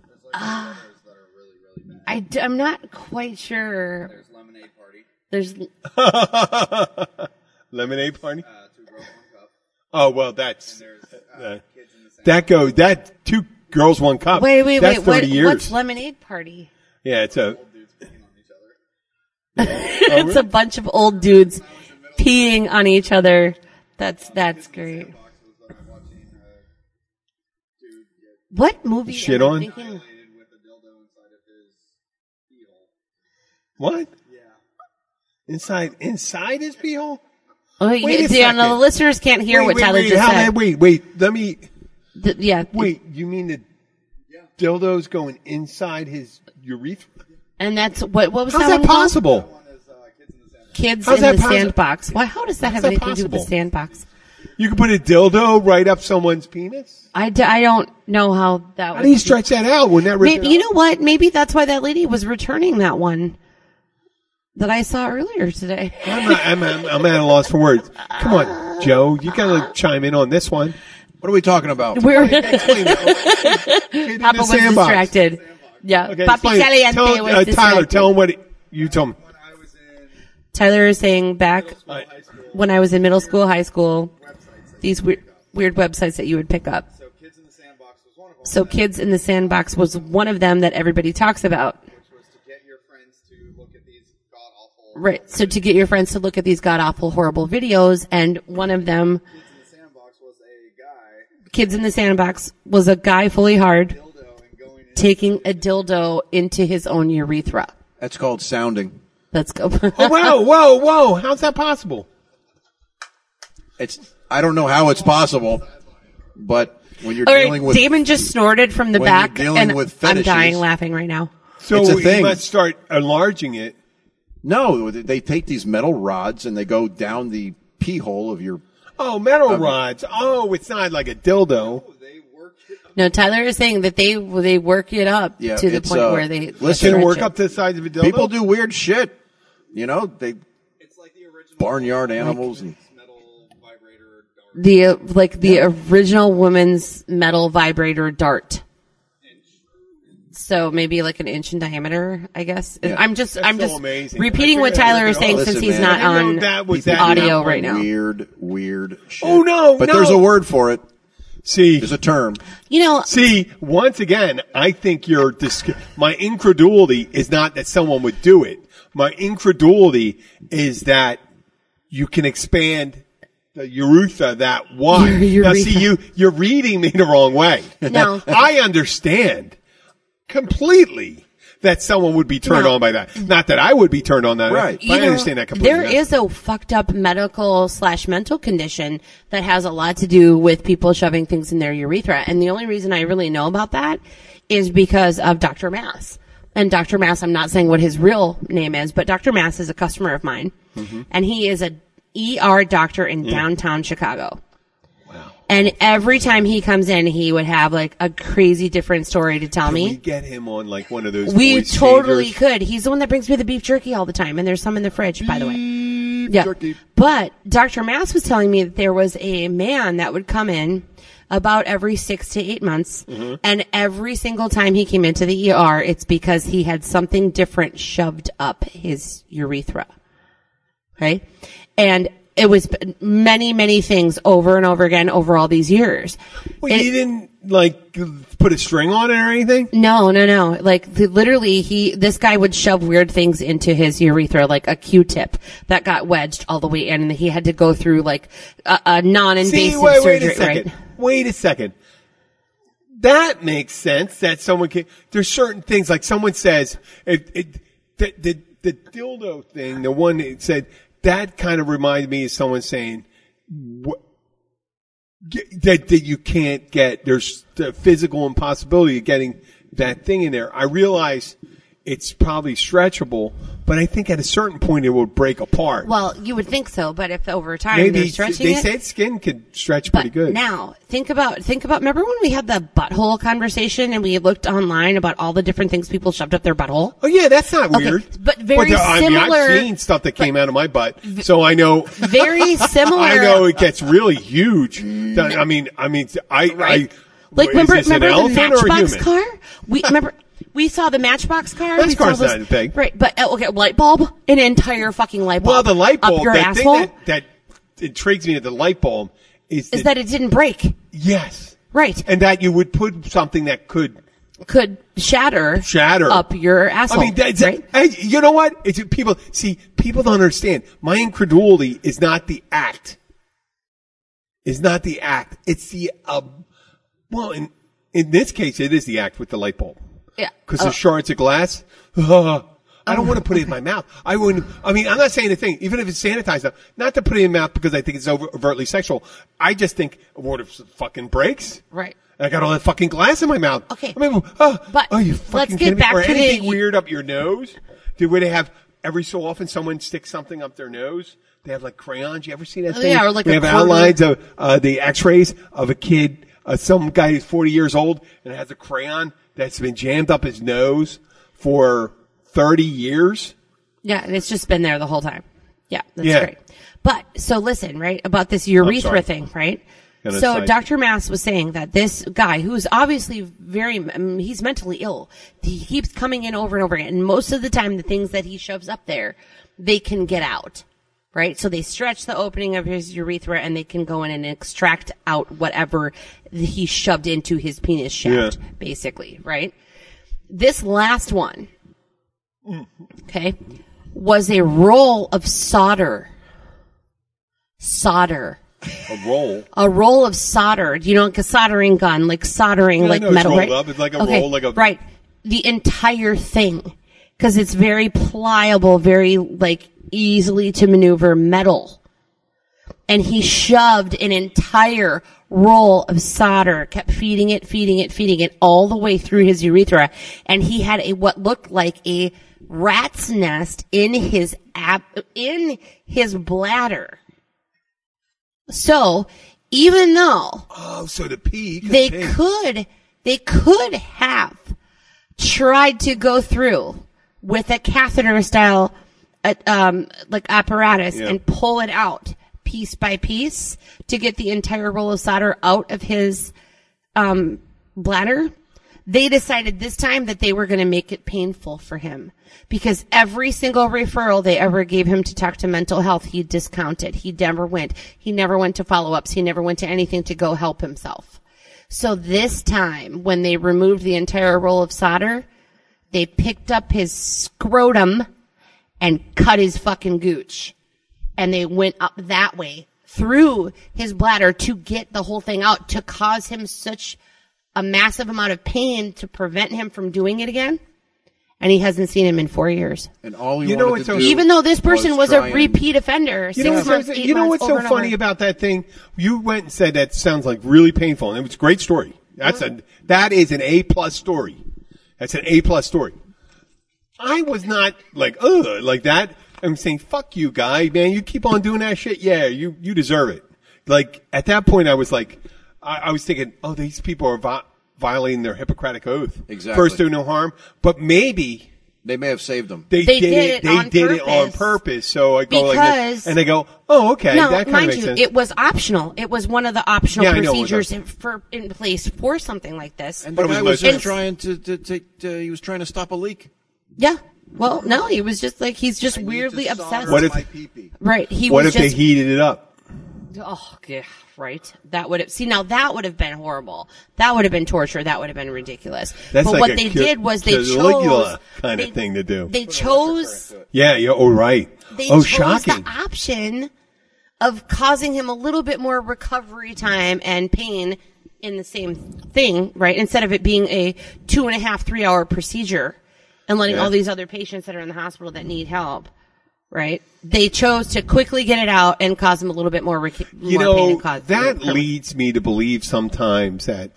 Speaker 5: I d- I'm not quite sure. There's lemonade party. There's
Speaker 4: Lemonade party? Oh, well, that's, uh, that go, that two girls, one cup.
Speaker 5: wait, wait,
Speaker 4: that's 30
Speaker 5: wait. What,
Speaker 4: years.
Speaker 5: what's lemonade party?
Speaker 4: yeah, it's a, Oh,
Speaker 5: it's a bunch of old dudes peeing on each other. That's that's great. What movie?
Speaker 4: Shit
Speaker 5: am I
Speaker 4: on?
Speaker 5: thinking?
Speaker 4: what? Inside, inside his beehole?
Speaker 5: Oh,
Speaker 4: Wait
Speaker 5: you,
Speaker 4: a
Speaker 5: Dion, the
Speaker 4: second.
Speaker 5: listeners can't hear
Speaker 4: wait,
Speaker 5: what
Speaker 4: wait,
Speaker 5: Tyler
Speaker 4: wait,
Speaker 5: just
Speaker 4: how
Speaker 5: said.
Speaker 4: that- wait, wait, let me,
Speaker 5: Th- yeah.
Speaker 4: wait, you mean the dildo's going inside his urethra?
Speaker 5: And that's what what was
Speaker 4: How's
Speaker 5: that,
Speaker 4: that
Speaker 5: one called?
Speaker 4: possible?
Speaker 5: Kids
Speaker 4: How's
Speaker 5: in
Speaker 4: that
Speaker 5: the
Speaker 4: possi-
Speaker 5: sandbox. Why? How does that
Speaker 4: How's
Speaker 5: have
Speaker 4: that
Speaker 5: anything to do with the
Speaker 4: possible?
Speaker 5: sandbox?
Speaker 4: You can put a dildo right up someone's penis?
Speaker 5: I, d- I don't know how that.
Speaker 4: How
Speaker 5: would
Speaker 4: do you
Speaker 5: be-
Speaker 4: stretch that out when that
Speaker 5: Maybe you know what? Maybe that's why that lady was returning that one that I saw earlier today.
Speaker 4: I'm, not, I'm, I'm, I'm at a loss for words. Come on, Joe, you gotta chime in on this one.
Speaker 6: what are we talking about?
Speaker 5: We're
Speaker 4: Get in
Speaker 5: Papa
Speaker 4: the
Speaker 5: was
Speaker 4: sandbox.
Speaker 5: distracted. Yeah,
Speaker 4: Okay,
Speaker 5: Papi
Speaker 4: explain.
Speaker 5: Caliente
Speaker 4: Tell-
Speaker 5: was
Speaker 4: uh,
Speaker 5: distracted.
Speaker 4: Tyler, tell him what he- you told me.
Speaker 8: I was in
Speaker 5: Tyler is saying back when I was in middle school, high school, these weird, weird websites that you would pick up. So Kids in the Sandbox was one of them that everybody talks about. Right. So to get your friends to look at these god awful, horrible videos, and one of them, Kids in the Sandbox was a guy fully hard taking a dildo into his own urethra.
Speaker 6: That's called sounding.
Speaker 5: Let's go.
Speaker 4: Oh, whoa, whoa, whoa. How's that possible?
Speaker 6: It's I don't know how it's possible, but when you're
Speaker 5: All right,
Speaker 6: dealing with
Speaker 5: Damon just snorted from the
Speaker 6: when you're
Speaker 5: back,
Speaker 6: dealing
Speaker 5: and
Speaker 6: with
Speaker 5: I'm
Speaker 6: fetishes-
Speaker 5: dying laughing right now.
Speaker 4: So
Speaker 6: It's a thing.
Speaker 4: you must start enlarging it.
Speaker 6: no, they take these metal rods and they go down the pee hole of your.
Speaker 4: Oh, metal
Speaker 6: Um,
Speaker 4: rods. Oh, it's not like a dildo.
Speaker 5: No, Tyler is saying that they they work it up
Speaker 6: Yeah,
Speaker 5: to the
Speaker 6: it's,
Speaker 5: point
Speaker 6: uh,
Speaker 5: where they
Speaker 6: listen,
Speaker 4: Can
Speaker 5: stretch
Speaker 4: it work
Speaker 5: it.
Speaker 4: up to the size of a dildo?
Speaker 6: People do weird shit, you know. They it's like the original barnyard animals and
Speaker 5: the uh, like the original woman's metal vibrator dart. So maybe like an inch in diameter, I guess. And
Speaker 6: Yeah.
Speaker 5: I'm just I'm
Speaker 4: so
Speaker 5: just
Speaker 4: amazing.
Speaker 5: repeating
Speaker 4: I
Speaker 5: what
Speaker 4: figured out
Speaker 5: Tyler
Speaker 4: what
Speaker 5: is
Speaker 4: it
Speaker 5: saying
Speaker 6: was.
Speaker 5: since
Speaker 6: Listen,
Speaker 5: he's
Speaker 6: man.
Speaker 5: not
Speaker 4: I didn't know
Speaker 5: on
Speaker 4: that was that
Speaker 5: audio
Speaker 4: number.
Speaker 5: right now.
Speaker 6: weird, weird shit.
Speaker 4: Oh, no,
Speaker 6: But
Speaker 4: no.
Speaker 6: there's a word for it.
Speaker 4: See,
Speaker 6: There's a term.
Speaker 5: You know,
Speaker 4: see, once again, I think your dis- my incredulity is not that someone would do it. My incredulity is that you can expand the urethra that wide. Now, see, you you're reading me the wrong way.
Speaker 5: No.
Speaker 4: I understand completely that someone would be turned
Speaker 5: No.
Speaker 4: on by that. Not that I would be turned on that.
Speaker 6: Right.
Speaker 4: But I understand that completely.
Speaker 5: There is a fucked up medical slash mental condition that has a lot to do with people shoving things in their urethra. And the only reason I really know about that is because of Dr. Mass. And Dr. Mass, I'm not saying what his real name is, but Dr. Mass is a customer of mine.
Speaker 4: Mm-hmm.
Speaker 5: And he is a ER doctor in downtown Chicago. And every time he comes in, he would have like a crazy different story to tell me.
Speaker 4: We get him on like one of those.
Speaker 5: We
Speaker 4: voice
Speaker 5: totally
Speaker 4: changers.
Speaker 5: could. He's the one that brings me the beef jerky all the time, and there's some in the fridge, by the way. yeah. But Dr. Mass was telling me that there was a man that would come in about every six to eight months,
Speaker 4: Mm-hmm.
Speaker 5: and every single time he came into the ER, it's because he had something different shoved up his urethra. Right? And it was many, many things over and over again over all these years.
Speaker 4: Well,
Speaker 5: It-
Speaker 4: you didn't like put a string on it or anything.
Speaker 5: no, no, no. Like th- literally, he this guy would shove weird things into his urethra, like a Q-tip that got wedged all the way in, and he had to go through like a, a non-invasive
Speaker 4: See, wait, wait
Speaker 5: surgery.
Speaker 4: a second.
Speaker 5: Right?
Speaker 4: Wait a second. That makes sense that someone can, there's certain things, like someone says, it, it, the, the, the dildo thing, the one that said, that kind of reminded me of someone saying, what, that, that you can't get, there's the physical impossibility of getting that thing in there. I realize it's probably stretchable, but I think at a certain point it would break apart.
Speaker 5: Well, you would think so, but if over time they're
Speaker 4: Maybe
Speaker 5: stretching
Speaker 4: they
Speaker 5: it,
Speaker 4: said skin can stretch
Speaker 5: but
Speaker 4: pretty good.
Speaker 5: now think about think about. Remember when we had the butthole conversation and we looked online about all the different things people shoved up their butthole?
Speaker 4: Oh yeah, that's not
Speaker 5: Okay,
Speaker 4: weird.
Speaker 5: but very
Speaker 4: I mean,
Speaker 5: similar-
Speaker 4: I've seen stuff that came out of my butt, so I know.
Speaker 5: Very similar.
Speaker 4: I know it gets really huge. I mean, I mean, I,
Speaker 5: Right.
Speaker 4: I is
Speaker 5: Like remember,
Speaker 4: this an
Speaker 5: remember the
Speaker 4: elephant or a
Speaker 5: Matchbox
Speaker 4: human?
Speaker 5: car? We remember we saw the Matchbox car. we saw
Speaker 4: Matchbox car's
Speaker 5: those-
Speaker 4: not a thing.
Speaker 5: right? But uh, okay, light bulb, an entire fucking light bulb.
Speaker 4: Well, the light
Speaker 5: up
Speaker 4: bulb.
Speaker 5: your
Speaker 4: That
Speaker 5: asshole
Speaker 4: thing that, that intrigues me. The light bulb is,
Speaker 5: is that it didn't break,
Speaker 4: yes,
Speaker 5: right?
Speaker 4: and that you would put something that could
Speaker 5: Could shatter,
Speaker 4: shatter
Speaker 5: up your asshole.
Speaker 4: I mean, that's,
Speaker 5: right?
Speaker 4: I- you know what? It's people see people don't understand. My incredulity is not the act. Is not the act. It's the uh, well. In in this case, it is the act with the light bulb
Speaker 5: yeah.
Speaker 4: because
Speaker 5: Oh,
Speaker 4: there's shards of glass. Ugh. I don't want to put it in my mouth. I wouldn't. I mean, I'm not saying a thing, even if it's sanitized. Up, not to put it in my mouth because I think it's over, overtly sexual. I just think what if it fucking breaks?
Speaker 5: right.
Speaker 4: And I got all that fucking glass in my mouth.
Speaker 5: Okay.
Speaker 4: I mean, oh,
Speaker 5: But
Speaker 4: are you
Speaker 5: let's
Speaker 4: fucking
Speaker 5: get
Speaker 4: kidding me?
Speaker 5: back
Speaker 4: or
Speaker 5: to the-
Speaker 4: anything weird up your nose? Do where they have every so often someone sticks something up their nose? They have like crayons. You ever see that
Speaker 5: Oh,
Speaker 4: thing?
Speaker 5: yeah, or like
Speaker 4: they
Speaker 5: a
Speaker 4: have
Speaker 5: quarter-
Speaker 4: outlines of uh, the X-rays of a kid, uh, some guy who's forty years old and has a crayon that's been jammed up his nose for thirty years.
Speaker 5: Yeah, and it's just been there the whole time. Yeah, that's
Speaker 4: Yeah.
Speaker 5: great. But so listen, right about this urethra
Speaker 4: sorry.
Speaker 5: thing, right?
Speaker 4: And it's
Speaker 5: So
Speaker 4: like-
Speaker 5: Dr. Mass was saying that this guy, who is obviously very, I mean, he's mentally ill, he keeps coming in over and over again. And most of the time, the things that he shoves up there, they can get out, right? So they stretch the opening of his urethra and they can go in and extract out whatever he shoved into his penis shaft,
Speaker 4: Yeah.
Speaker 5: basically, right? This last one, okay, was a roll of solder. Solder
Speaker 4: a roll.
Speaker 5: a roll of solder, you know, like a soldering gun, like soldering
Speaker 4: Yeah, I
Speaker 5: like
Speaker 4: know it's
Speaker 5: metal.
Speaker 4: rolled
Speaker 5: right?
Speaker 4: up. It's like a
Speaker 5: okay,
Speaker 4: roll, like a-
Speaker 5: right. The entire thing, because it's very pliable, very like easily to maneuver metal. And he shoved an entire roll of solder, kept feeding it, feeding it, feeding it all the way through his urethra. And he had a, what looked like a rat's nest in his ab, in his bladder. So even though
Speaker 4: Oh, so the pee.
Speaker 5: they
Speaker 4: pee.
Speaker 5: could, they could have tried to go through with a catheter style, uh, um, like apparatus
Speaker 4: Yeah.
Speaker 5: and pull it out piece by piece to get the entire roll of solder out of his, um, bladder. They decided this time that they were going to make it painful for him because every single referral they ever gave him to talk to mental health, he discounted. He never went. He never went to follow ups. He never went to anything to go help himself. So this time, when they removed the entire roll of solder, they picked up his scrotum and cut his fucking gooch. And they went up that way through his bladder to get the whole thing out to cause him such a massive amount of pain to prevent him from doing it again. And he hasn't seen him in four years.
Speaker 6: And all you,
Speaker 4: You know
Speaker 6: wanted
Speaker 4: what's
Speaker 6: to
Speaker 4: so-
Speaker 6: do
Speaker 5: Even though this person was,
Speaker 6: try
Speaker 5: a
Speaker 6: and-
Speaker 5: repeat offender, six
Speaker 4: You know, what's
Speaker 5: months,
Speaker 4: so,
Speaker 5: eight
Speaker 4: you know what's
Speaker 5: months, over
Speaker 4: so
Speaker 5: and
Speaker 4: funny
Speaker 5: over.
Speaker 4: about that thing? You went and said that sounds like really painful, and it was a great story. That's a that is an A plus story. That's an A plus story. I was not like ugh like that. I'm saying fuck you, guy, man. You keep on doing that shit. Yeah, you you deserve it. Like at that point, I was like, I, I was thinking, oh, these people are vi- violating their Hippocratic oath.
Speaker 6: Exactly.
Speaker 4: First, do no harm, but maybe
Speaker 6: They may have saved them.
Speaker 4: they,
Speaker 5: They
Speaker 4: did,
Speaker 5: did
Speaker 4: it.
Speaker 5: it
Speaker 4: They
Speaker 5: on
Speaker 4: did it on
Speaker 5: purpose.
Speaker 4: purpose. So I go like
Speaker 5: Because-
Speaker 4: this, and I go, "Oh, okay,
Speaker 5: No,
Speaker 4: that kind
Speaker 5: mind
Speaker 4: of makes
Speaker 5: you,
Speaker 4: sense."
Speaker 5: it was optional. It was one of the optional
Speaker 4: Yeah, I know it was
Speaker 5: procedures in,
Speaker 4: optional.
Speaker 5: for in place for something like this.
Speaker 6: And
Speaker 4: But
Speaker 6: the
Speaker 4: it was
Speaker 6: guy was
Speaker 4: emotional.
Speaker 6: just trying to, to take. Uh, he was trying to stop a leak.
Speaker 5: yeah. Well, no, he was just like he's just
Speaker 6: I need
Speaker 5: weirdly
Speaker 6: to solder
Speaker 5: obsessed.
Speaker 4: What if-
Speaker 6: my pee-pee.
Speaker 5: right. He
Speaker 4: what if
Speaker 5: was
Speaker 4: they
Speaker 5: just
Speaker 4: heated it up?
Speaker 5: Oh, yeah, right. That would have see now that would have been horrible. That would have been torture. That would have been ridiculous.
Speaker 4: That's
Speaker 5: but
Speaker 4: like
Speaker 5: what
Speaker 4: a
Speaker 5: they
Speaker 4: Cal-
Speaker 5: did was they
Speaker 4: Caligula
Speaker 5: chose
Speaker 4: kind of
Speaker 5: they-
Speaker 4: thing to do.
Speaker 5: They chose
Speaker 4: Yeah, yeah. Oh, right.
Speaker 5: they
Speaker 4: oh,
Speaker 5: chose
Speaker 4: shocking.
Speaker 5: the option of causing him a little bit more recovery time and pain in the same thing, right? Instead of it being a two and a half, three hour procedure and letting
Speaker 4: Yeah.
Speaker 5: all these other patients that are in the hospital that need help, right? They chose to quickly get it out and cause him a little bit more, rec-
Speaker 4: you
Speaker 5: more pain
Speaker 4: know
Speaker 5: and cause
Speaker 4: that
Speaker 5: recovery.
Speaker 4: leads me to believe sometimes that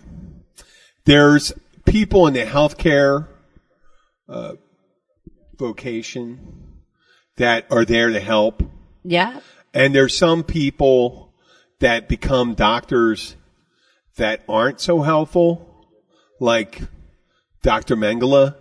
Speaker 4: there's people in the healthcare uh, vocation that are there to help
Speaker 5: Yeah.
Speaker 4: And there's some people that become doctors that aren't so helpful, like Dr. Mengele.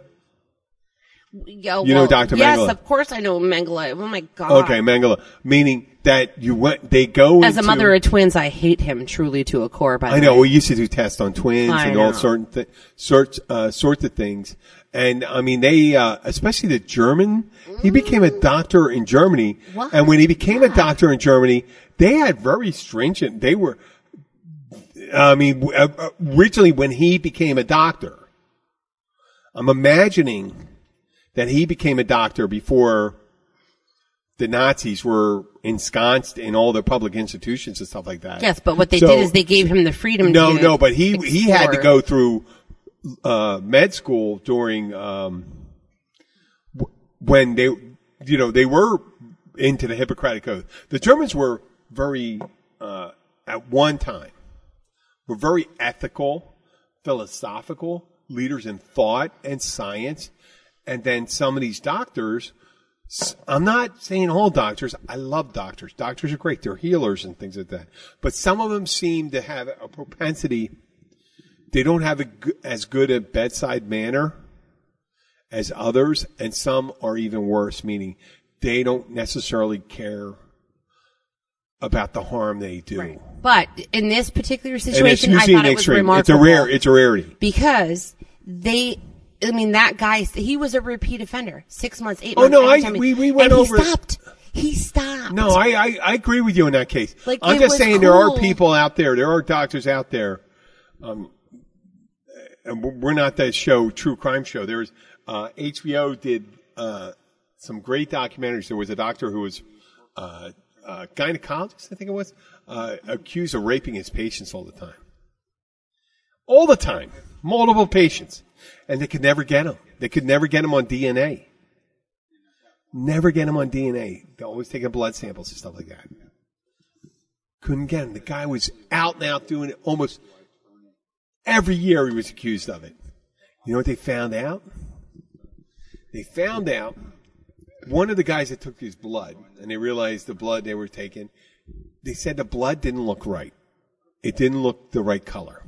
Speaker 5: Yeah,
Speaker 4: You know
Speaker 5: well,
Speaker 4: Dr.
Speaker 5: Yes,
Speaker 4: Mengele?
Speaker 5: of course I know Mengele. Oh my god.
Speaker 4: Okay, Mengele. Meaning that you went, they go
Speaker 5: As a
Speaker 4: into-
Speaker 5: mother of twins, I hate him truly to a core. By the
Speaker 4: I know,
Speaker 5: way.
Speaker 4: we used to do tests on twins
Speaker 5: I
Speaker 4: and all
Speaker 5: know.
Speaker 4: certain th- sorts, uh, sorts of things. And I mean, they, uh, especially the German, he became a doctor in Germany.
Speaker 5: What?
Speaker 4: And when he became a doctor in Germany, they had very stringent, they were, I mean, w- uh, originally when he became a doctor, I'm imagining that he became a doctor before the Nazis were ensconced in all the public institutions and stuff like that.
Speaker 5: Yes, but what they
Speaker 4: So-
Speaker 5: did is they gave him the freedom.
Speaker 4: no,
Speaker 5: to
Speaker 4: no, but he he had to
Speaker 5: explore.
Speaker 4: go through uh, med school during um, w- when they you know they were into the Hippocratic Oath. The Germans were very uh, at one time were very ethical, philosophical leaders in thought and science, and then some of these doctors. s- I'm not saying all doctors. I love doctors. Doctors are great. They're healers and things like that. But some of them seem to have a propensity. They don't have a, g- as good a bedside manner as others, and some are even worse, meaning they don't necessarily care about the harm they do.
Speaker 5: Right. But in this particular
Speaker 4: And it's
Speaker 5: situation, I
Speaker 4: usually
Speaker 5: thought
Speaker 4: an
Speaker 5: it was
Speaker 4: extreme. It's
Speaker 5: remarkable.
Speaker 4: a rare. It's a rarity.
Speaker 5: because they. I mean, that guy. He was a repeat offender. Six months, eight
Speaker 4: Oh,
Speaker 5: months.
Speaker 4: no,
Speaker 5: every
Speaker 4: I-
Speaker 5: time he-
Speaker 4: we- we went
Speaker 5: and
Speaker 4: over-
Speaker 5: He stopped. He stopped.
Speaker 4: No, I, I, I agree with you in that case.
Speaker 5: Like,
Speaker 4: I'm
Speaker 5: it
Speaker 4: just
Speaker 5: was
Speaker 4: saying there are
Speaker 5: cool.
Speaker 4: people out there, there are doctors out there. Um, and we're- we're not that show, true crime show. There's uh, HBO did uh, some great documentaries. There was a doctor who was uh, uh, gynecologist, I think it was, uh, accused of raping his patients all the time, all the time, multiple patients, and they could never get him. They could never get him on DNA. Never get him on DNA. They always taking blood samples and stuff like that. Couldn't get him. The guy was out and out doing it almost every year he was accused of it. You know what they found out? They found out one of the guys that took his blood and they realized the blood they were taking, they said the blood didn't look right. It didn't look the right color.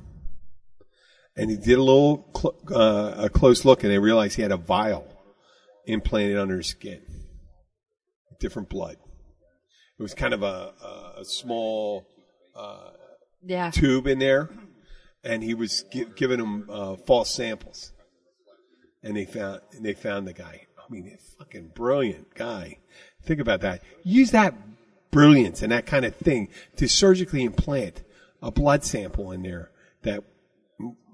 Speaker 4: And he did a little cl- uh, a close look and they realized he had a vial implanted under his skin. Different blood. It was kind of a, a, a small uh,
Speaker 5: Yeah.
Speaker 4: tube in there, and he was gi- giving him uh, false samples. And they found and they found the guy. I mean, a fucking brilliant guy. Think about that. Use that brilliance and that kind of thing to surgically implant a blood sample in there that.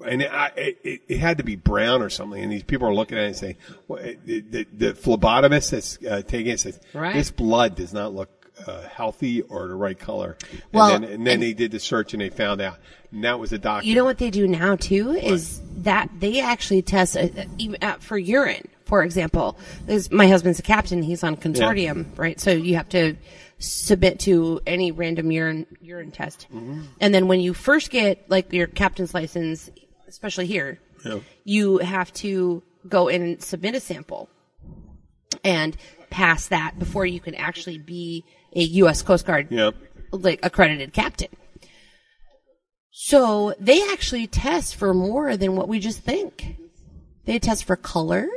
Speaker 4: And I, it, it- it had to be brown or something. And these people are looking at it and saying, well, it- the, the, the phlebotomist that's uh, taking it says,
Speaker 5: Right.
Speaker 4: this blood does not look uh, healthy or the right color. And
Speaker 5: Well,
Speaker 4: then, and then they did the search and they found out. And that was a doctor.
Speaker 5: You know what they do now too is that they actually test uh, even uh, for urine, for example. This, my husband's a captain; he's on consortium, right? So you have to submit to any random urine urine test, and then when you first get like your captain's license, especially here, you have to go in and submit a sample and pass that before you can actually be a U.S. Coast Guard
Speaker 4: Yeah.
Speaker 5: like accredited captain. So they actually test for more than what we just think. They test for color.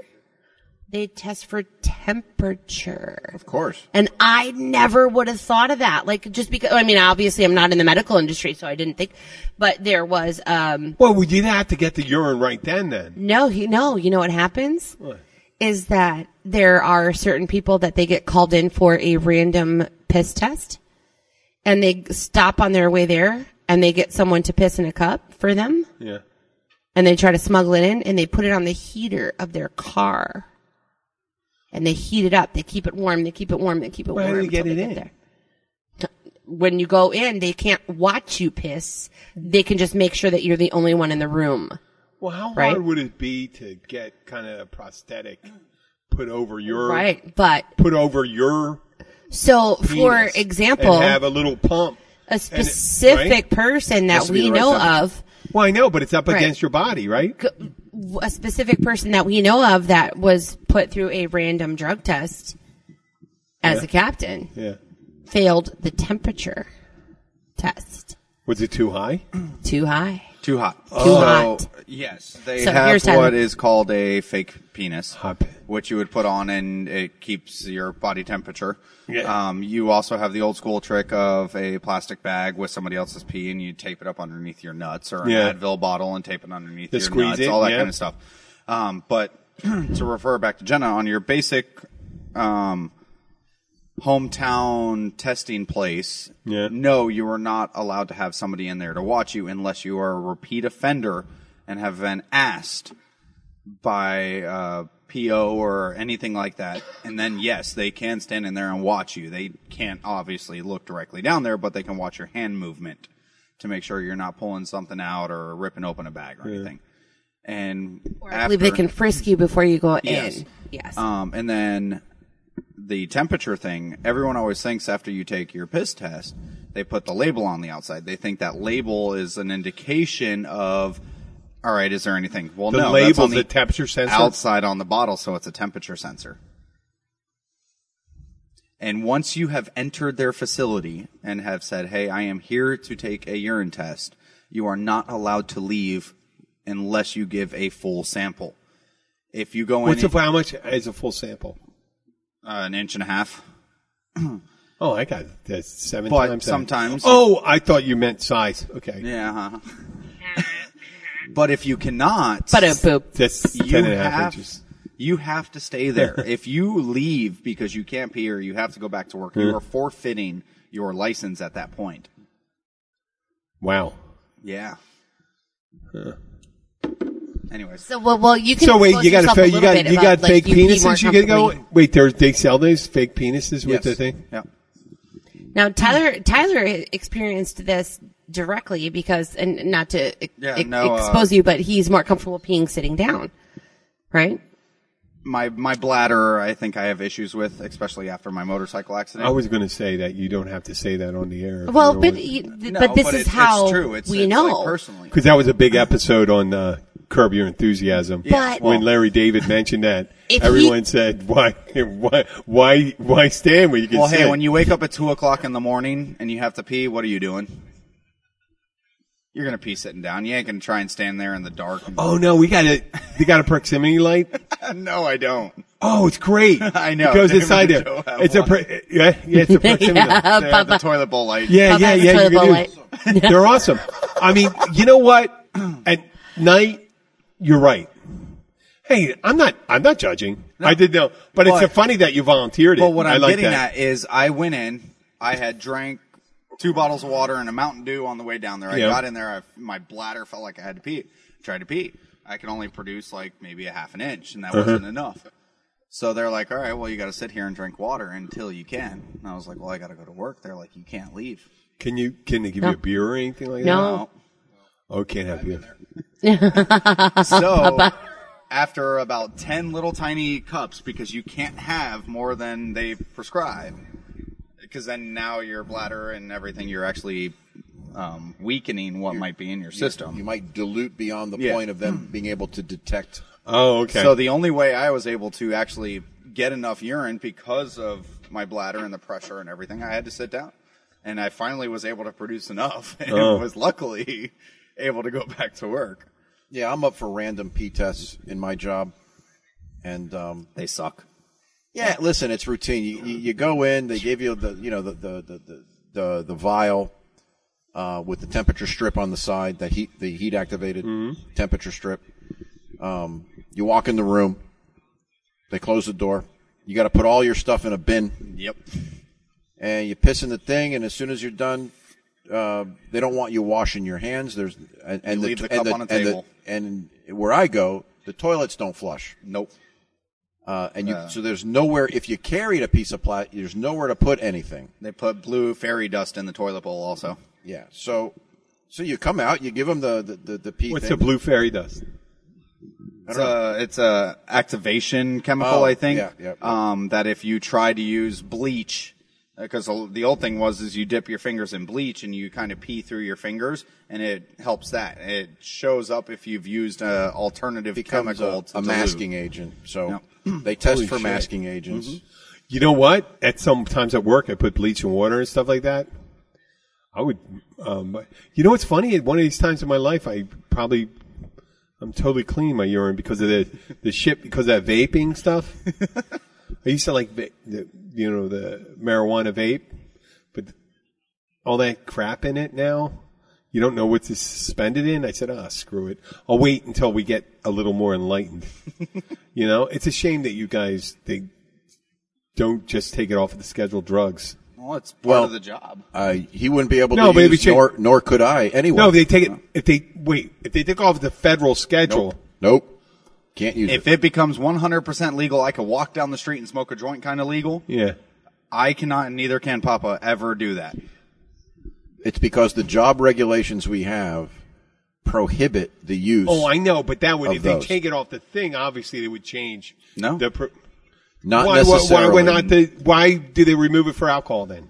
Speaker 5: They test for temperature.
Speaker 6: Of course.
Speaker 5: And I never would have thought of that. Like just because, I mean, obviously I'm not in the medical industry, so I didn't think, but there was, um,
Speaker 4: Well, we did have to get the urine right then. Then
Speaker 5: no, he, no, you know what happens? Is that there are certain people that they get called in for a random piss test and they stop on their way there and they get someone to piss in a cup for them
Speaker 4: yeah.
Speaker 5: and they try to smuggle it in and they put it on the heater of their car and they heat it up. They keep it warm. They keep it warm. They keep it
Speaker 4: Well, how
Speaker 5: warm.
Speaker 4: do you get
Speaker 5: until they
Speaker 4: it in?
Speaker 5: T- When you go in, they can't watch you piss. They can just make sure that you're the only one in the room.
Speaker 4: Well, how
Speaker 5: Right.
Speaker 4: hard would it be to get kind of a prosthetic put over your
Speaker 5: Right. But
Speaker 4: put over your
Speaker 5: So, for
Speaker 4: penis
Speaker 5: example,
Speaker 4: and have a little pump?
Speaker 5: a specific
Speaker 4: right?
Speaker 5: person
Speaker 6: Has
Speaker 5: that
Speaker 6: to be
Speaker 5: we
Speaker 6: the right
Speaker 5: know
Speaker 6: size.
Speaker 5: of,
Speaker 4: Well, I know, but it's up
Speaker 5: Right.
Speaker 4: against your body, right?
Speaker 5: a specific person that we know of that was put through a random drug test as a captain
Speaker 4: Yeah.
Speaker 5: failed the temperature test.
Speaker 4: Was it too high?
Speaker 5: Too high.
Speaker 6: Too hot. Too
Speaker 4: Oh,
Speaker 5: hot.
Speaker 6: Oh, Yes, they
Speaker 5: So
Speaker 6: have
Speaker 5: here's how-
Speaker 6: what is called a fake penis,
Speaker 4: Hot pe-
Speaker 6: which you would put on and it keeps your body temperature. Um, you also have the old school trick of a plastic bag with somebody else's pee and you tape it up underneath your nuts, or an
Speaker 4: Yeah.
Speaker 6: Advil bottle and tape it underneath
Speaker 4: To
Speaker 6: your
Speaker 4: squeeze
Speaker 6: nuts,
Speaker 4: it,
Speaker 6: all that
Speaker 4: yeah.
Speaker 6: kind of stuff. Um, but to refer back to Jenna on your basic. Um, hometown testing place,
Speaker 4: Yeah.
Speaker 6: no, you are not allowed to have somebody in there to watch you unless you are a repeat offender and have been asked by uh, PO or anything like that. And then, yes, they can stand in there and watch you. They can't obviously look directly down there, but they can watch your hand movement to make sure you're not pulling something out or ripping open a bag or anything. And
Speaker 5: I believe they
Speaker 6: after-
Speaker 5: can frisk you before you go
Speaker 6: Yes.
Speaker 5: in. Yes.
Speaker 6: um, and then the temperature thing, everyone always thinks after you take your piss test, they put the label on the outside. They think that label is an indication of, all right, is there anything? Well,
Speaker 4: The
Speaker 6: no. that's
Speaker 4: label's
Speaker 6: on
Speaker 4: a temperature sensor?
Speaker 6: Outside on the bottle, so it's a temperature sensor. And once you have entered their facility and have said, hey, I am here to take a urine test, you are not allowed to leave unless you give a full sample. If you go in.
Speaker 4: What's a, how much is a full sample?
Speaker 6: Uh, an inch and a half.
Speaker 4: Oh, I got that seven
Speaker 7: But
Speaker 4: times. that.
Speaker 6: sometimes-
Speaker 4: Oh, I thought you meant size. Okay.
Speaker 6: Yeah. uh-huh. but if you cannot,
Speaker 9: But a poop.
Speaker 4: That's
Speaker 6: you
Speaker 4: ten and a half
Speaker 6: have
Speaker 4: inches.
Speaker 6: you have to stay there. if you leave because you can't pee or you have to go back to work, you are forfeiting your license at that point.
Speaker 4: Wow.
Speaker 6: Yeah. Anyways,
Speaker 5: So well, well you can.
Speaker 4: So wait,
Speaker 5: expose
Speaker 4: you got
Speaker 5: yourself
Speaker 4: fa-
Speaker 5: a
Speaker 4: you
Speaker 5: little
Speaker 4: got
Speaker 5: bit
Speaker 4: you
Speaker 5: about,
Speaker 4: got
Speaker 5: like,
Speaker 4: fake
Speaker 5: you pee more
Speaker 4: penises. You get
Speaker 5: comfortably.
Speaker 4: go. Wait, there's they sell these fake penises
Speaker 6: yes.
Speaker 4: with the thing.
Speaker 6: Yeah.
Speaker 9: Now,
Speaker 5: Tyler Tyler experienced this directly because, and not to e-
Speaker 6: Yeah,
Speaker 5: e-
Speaker 6: no, uh,
Speaker 5: expose you, but he's more comfortable peeing sitting down, right?
Speaker 6: My my bladder, I think I have issues with, especially after my motorcycle accident.
Speaker 4: I was going to say that you don't have to say that on the air.
Speaker 5: Well, but you, th-
Speaker 6: No,
Speaker 5: but this
Speaker 6: it-
Speaker 5: is how
Speaker 6: it's true. It's,
Speaker 5: we
Speaker 6: it's, like,
Speaker 5: know.
Speaker 6: personally.
Speaker 4: because that was a big episode on uh, Curb Your Enthusiasm.
Speaker 5: But-
Speaker 4: when Larry David mentioned that,
Speaker 5: If
Speaker 4: everyone
Speaker 5: he-
Speaker 4: said, "Why, why, why, why stand where you can
Speaker 6: Well,
Speaker 4: sit?"
Speaker 6: hey, when you wake up at two o'clock in the morning and you have to pee, what are you doing? You're gonna pee sitting down. You ain't gonna try and stand there in the dark. And,
Speaker 4: oh no, we got a they got a proximity light.
Speaker 6: no, I don't.
Speaker 4: Oh, it's great.
Speaker 6: I know.
Speaker 4: It goes
Speaker 6: David
Speaker 4: inside there.
Speaker 6: and Joe have
Speaker 4: It's a
Speaker 6: one.
Speaker 4: pro- yeah, yeah, it's a proximity light.
Speaker 5: Uh,
Speaker 6: They have the
Speaker 5: Bubba-
Speaker 6: toilet bowl light.
Speaker 4: Yeah,
Speaker 5: Pop
Speaker 4: yeah,
Speaker 5: out the
Speaker 4: yeah.
Speaker 5: toilet bowl
Speaker 4: You can do it. They're awesome. I mean, you know what? At night, you're right. Hey, I'm not. I'm not judging. I did know, but, it's
Speaker 6: But-
Speaker 4: funny that you volunteered it.
Speaker 6: But what
Speaker 4: I
Speaker 6: I'm
Speaker 4: like
Speaker 6: getting
Speaker 4: that.
Speaker 6: at is, I went in. I had drank two bottles of water and a Mountain Dew on the way down there. I
Speaker 4: Yeah.
Speaker 6: got in there. I, my bladder felt like I had to pee. Tried to pee. I could only produce like maybe a half an inch, and that wasn't enough. So they're like, "All right, well, you got to sit here and drink water until you can." And I was like, "Well, I got to go to work." They're like, "You can't leave."
Speaker 4: Can you? Can they give you a beer or anything like
Speaker 9: No.
Speaker 4: that?
Speaker 6: Well,
Speaker 4: Oh, can't have beer.
Speaker 6: So after about 10 little tiny cups, because you can't have more than they prescribe, because then now your bladder and everything, you're actually um, weakening what might be in your
Speaker 7: You
Speaker 6: system.
Speaker 7: might dilute beyond the
Speaker 6: Yeah. Hmm.
Speaker 7: point of them being able to detect.
Speaker 4: Oh, okay.
Speaker 6: So the only way I was able to actually get enough urine because of my bladder and the pressure and everything, I had to sit down. And I finally was able to produce enough and was luckily able to go back to work.
Speaker 7: Yeah, I'm up for random pee tests in my job, and um,
Speaker 6: They suck.
Speaker 7: Yeah, listen, it's routine. You, you, you go in, they give you the you know the the the the, the, the vial uh, with the temperature strip on the side, that heat the heat activated temperature strip. Um, you walk in the room, they close the door. You got to put all your stuff in a bin,
Speaker 6: Yep.
Speaker 7: and you piss in the thing. And as soon as you're done, uh, they don't want you washing your hands. There's and, and
Speaker 6: You leave the
Speaker 7: and
Speaker 6: cup on the
Speaker 7: and
Speaker 6: table.
Speaker 7: and where I go, the toilets don't flush.
Speaker 6: Nope.
Speaker 7: Uh, and you, so there's nowhere if you carried a piece of plastic, there's nowhere to put anything.
Speaker 6: They put blue fairy dust in the toilet bowl also.
Speaker 7: Yeah. So, so you come out, you give them the the the, the pee
Speaker 4: What's
Speaker 7: thing.
Speaker 4: a blue fairy dust?
Speaker 6: It's a, it's a activation chemical,
Speaker 7: Oh,
Speaker 6: I think.
Speaker 7: yeah, yeah, yeah.
Speaker 6: Um, that if you try to use bleach, because the old thing was is you dip your fingers in bleach and you kind of pee through your fingers, and it helps that. It shows up if you've used an alternative
Speaker 7: becomes
Speaker 6: chemical
Speaker 7: a,
Speaker 6: to
Speaker 7: a
Speaker 6: dilute.
Speaker 7: masking agent. So they
Speaker 4: Holy
Speaker 7: test for
Speaker 4: shit.
Speaker 7: masking agents.
Speaker 4: You know what? At sometimes at work, I put bleach and water and stuff like that. I would. Um, you know what's funny? At One of these times in my life, I probably I'm totally clean my urine because of the the shit because of that vaping stuff. I used to like va- the, you know the marijuana vape, but all that crap in it now. You don't know what to suspend it in. I said, ah, screw it. I'll wait until we get a little more enlightened. you know, it's a shame that you guys they don't just take it off of the scheduled drugs.
Speaker 6: Mm-hmm. Well, it's part
Speaker 7: Well-
Speaker 6: of the job.
Speaker 7: Uh, he wouldn't be able
Speaker 4: No,
Speaker 7: to
Speaker 4: but it'd
Speaker 7: use,
Speaker 4: be cheap.
Speaker 7: nor nor could I anyway.
Speaker 4: No, they take it if they wait if they take off the federal schedule.
Speaker 7: nope. nope. Can't use
Speaker 6: If
Speaker 7: it.
Speaker 6: it becomes 100% legal, I could walk down the street and smoke a joint kind of legal.
Speaker 4: Yeah,
Speaker 6: I cannot, and neither can Papa, ever do that.
Speaker 7: It's because the job regulations we have prohibit the use.
Speaker 4: Oh, I know, but that would
Speaker 7: Of
Speaker 4: if
Speaker 7: those.
Speaker 4: they take it off the thing, obviously they would change.
Speaker 6: No.
Speaker 4: the pro-
Speaker 7: not
Speaker 4: why, why, why
Speaker 7: necessarily.
Speaker 4: would not they, Why do they remove it for alcohol then?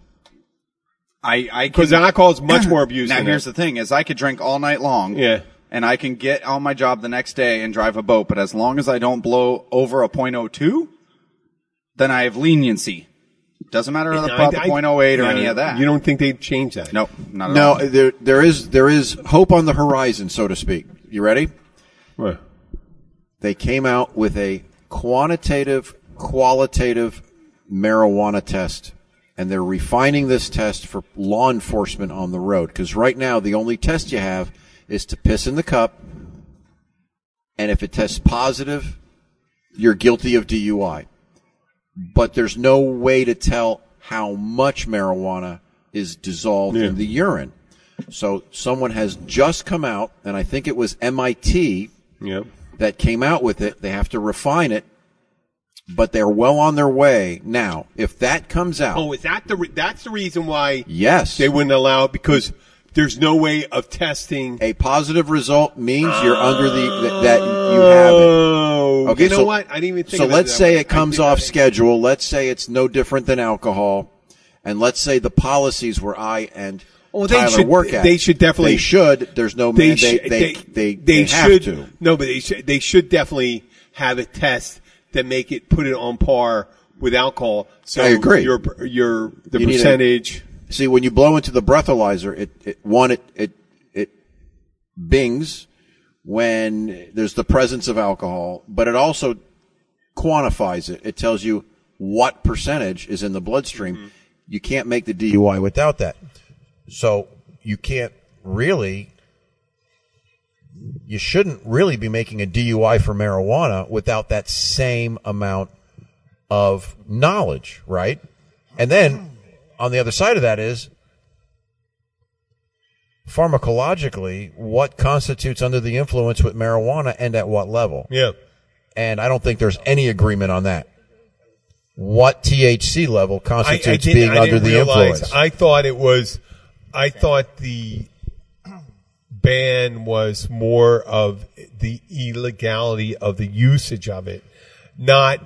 Speaker 6: I, I
Speaker 4: Because
Speaker 6: can-
Speaker 4: alcohol is much more abused.
Speaker 6: Now
Speaker 4: than
Speaker 6: here's
Speaker 4: that.
Speaker 6: the thing: is I could drink all night long,
Speaker 4: Yeah.
Speaker 6: and I can get on my job the next day and drive a boat. But as long as I don't blow over a .02, then I have leniency. Doesn't matter if I
Speaker 4: I-
Speaker 6: pop a
Speaker 4: I-
Speaker 6: .08 or
Speaker 4: no,
Speaker 6: any of that.
Speaker 4: You don't think they'd change that?
Speaker 6: Nope, not at
Speaker 7: No,
Speaker 6: all.
Speaker 7: there there is there is hope on the horizon, so to speak. You ready?
Speaker 4: What?
Speaker 7: they came out with a quantitative, qualitative marijuana test
Speaker 10: and they're refining this test for law enforcement on the road. Because right now, the only test you have is to piss in the cup, and if it tests positive, you're guilty of DUI. But there's no way to tell how much marijuana is dissolved in the urine. So someone has just come out, and I think it was MIT
Speaker 4: Yep.
Speaker 10: that came out with it. They have to refine it, but they're well on their way now. If that comes out,
Speaker 4: Oh, is that the re- that's the reason why
Speaker 10: yes,
Speaker 4: they wouldn't allow it because there's no way of testing.
Speaker 10: a positive result means you're under the th- that you have it.
Speaker 4: Oh,
Speaker 10: Okay,
Speaker 4: you know
Speaker 10: so-
Speaker 4: what? I didn't even think.
Speaker 10: So
Speaker 4: of
Speaker 10: let's
Speaker 4: that
Speaker 10: say it
Speaker 4: way. I
Speaker 10: comes
Speaker 4: think
Speaker 10: off
Speaker 4: I-
Speaker 10: schedule. Let's say it's no different than alcohol, and let's say the policies where I and
Speaker 4: Oh, they
Speaker 10: Tyler
Speaker 4: should-
Speaker 10: work at.
Speaker 4: they should definitely-
Speaker 10: They should. There's no
Speaker 4: They
Speaker 10: mandate.
Speaker 4: should.
Speaker 10: they, they, have
Speaker 4: should.
Speaker 10: to.
Speaker 4: No, but they should. They should definitely have a test that make it put it on par with alcohol. So
Speaker 10: I agree.
Speaker 4: Your your the
Speaker 10: You need a-
Speaker 4: percentage.
Speaker 10: See, when you blow into the breathalyzer, it, it one it it it bings when there's the presence of alcohol, but it also quantifies it. It tells you what percentage is in the bloodstream.
Speaker 4: Mm-hmm.
Speaker 10: You can't make the DUI without that. So you can't really you shouldn't really be making a DUI for marijuana without that same amount of knowledge, right? And then on the other side of that is pharmacologically what constitutes under the influence with marijuana and at what level.
Speaker 4: Yeah.
Speaker 10: And I don't think there's any agreement on that. What THC level constitutes being under the influence?
Speaker 4: I thought it was. I thought the ban was more of the illegality of the usage of it, not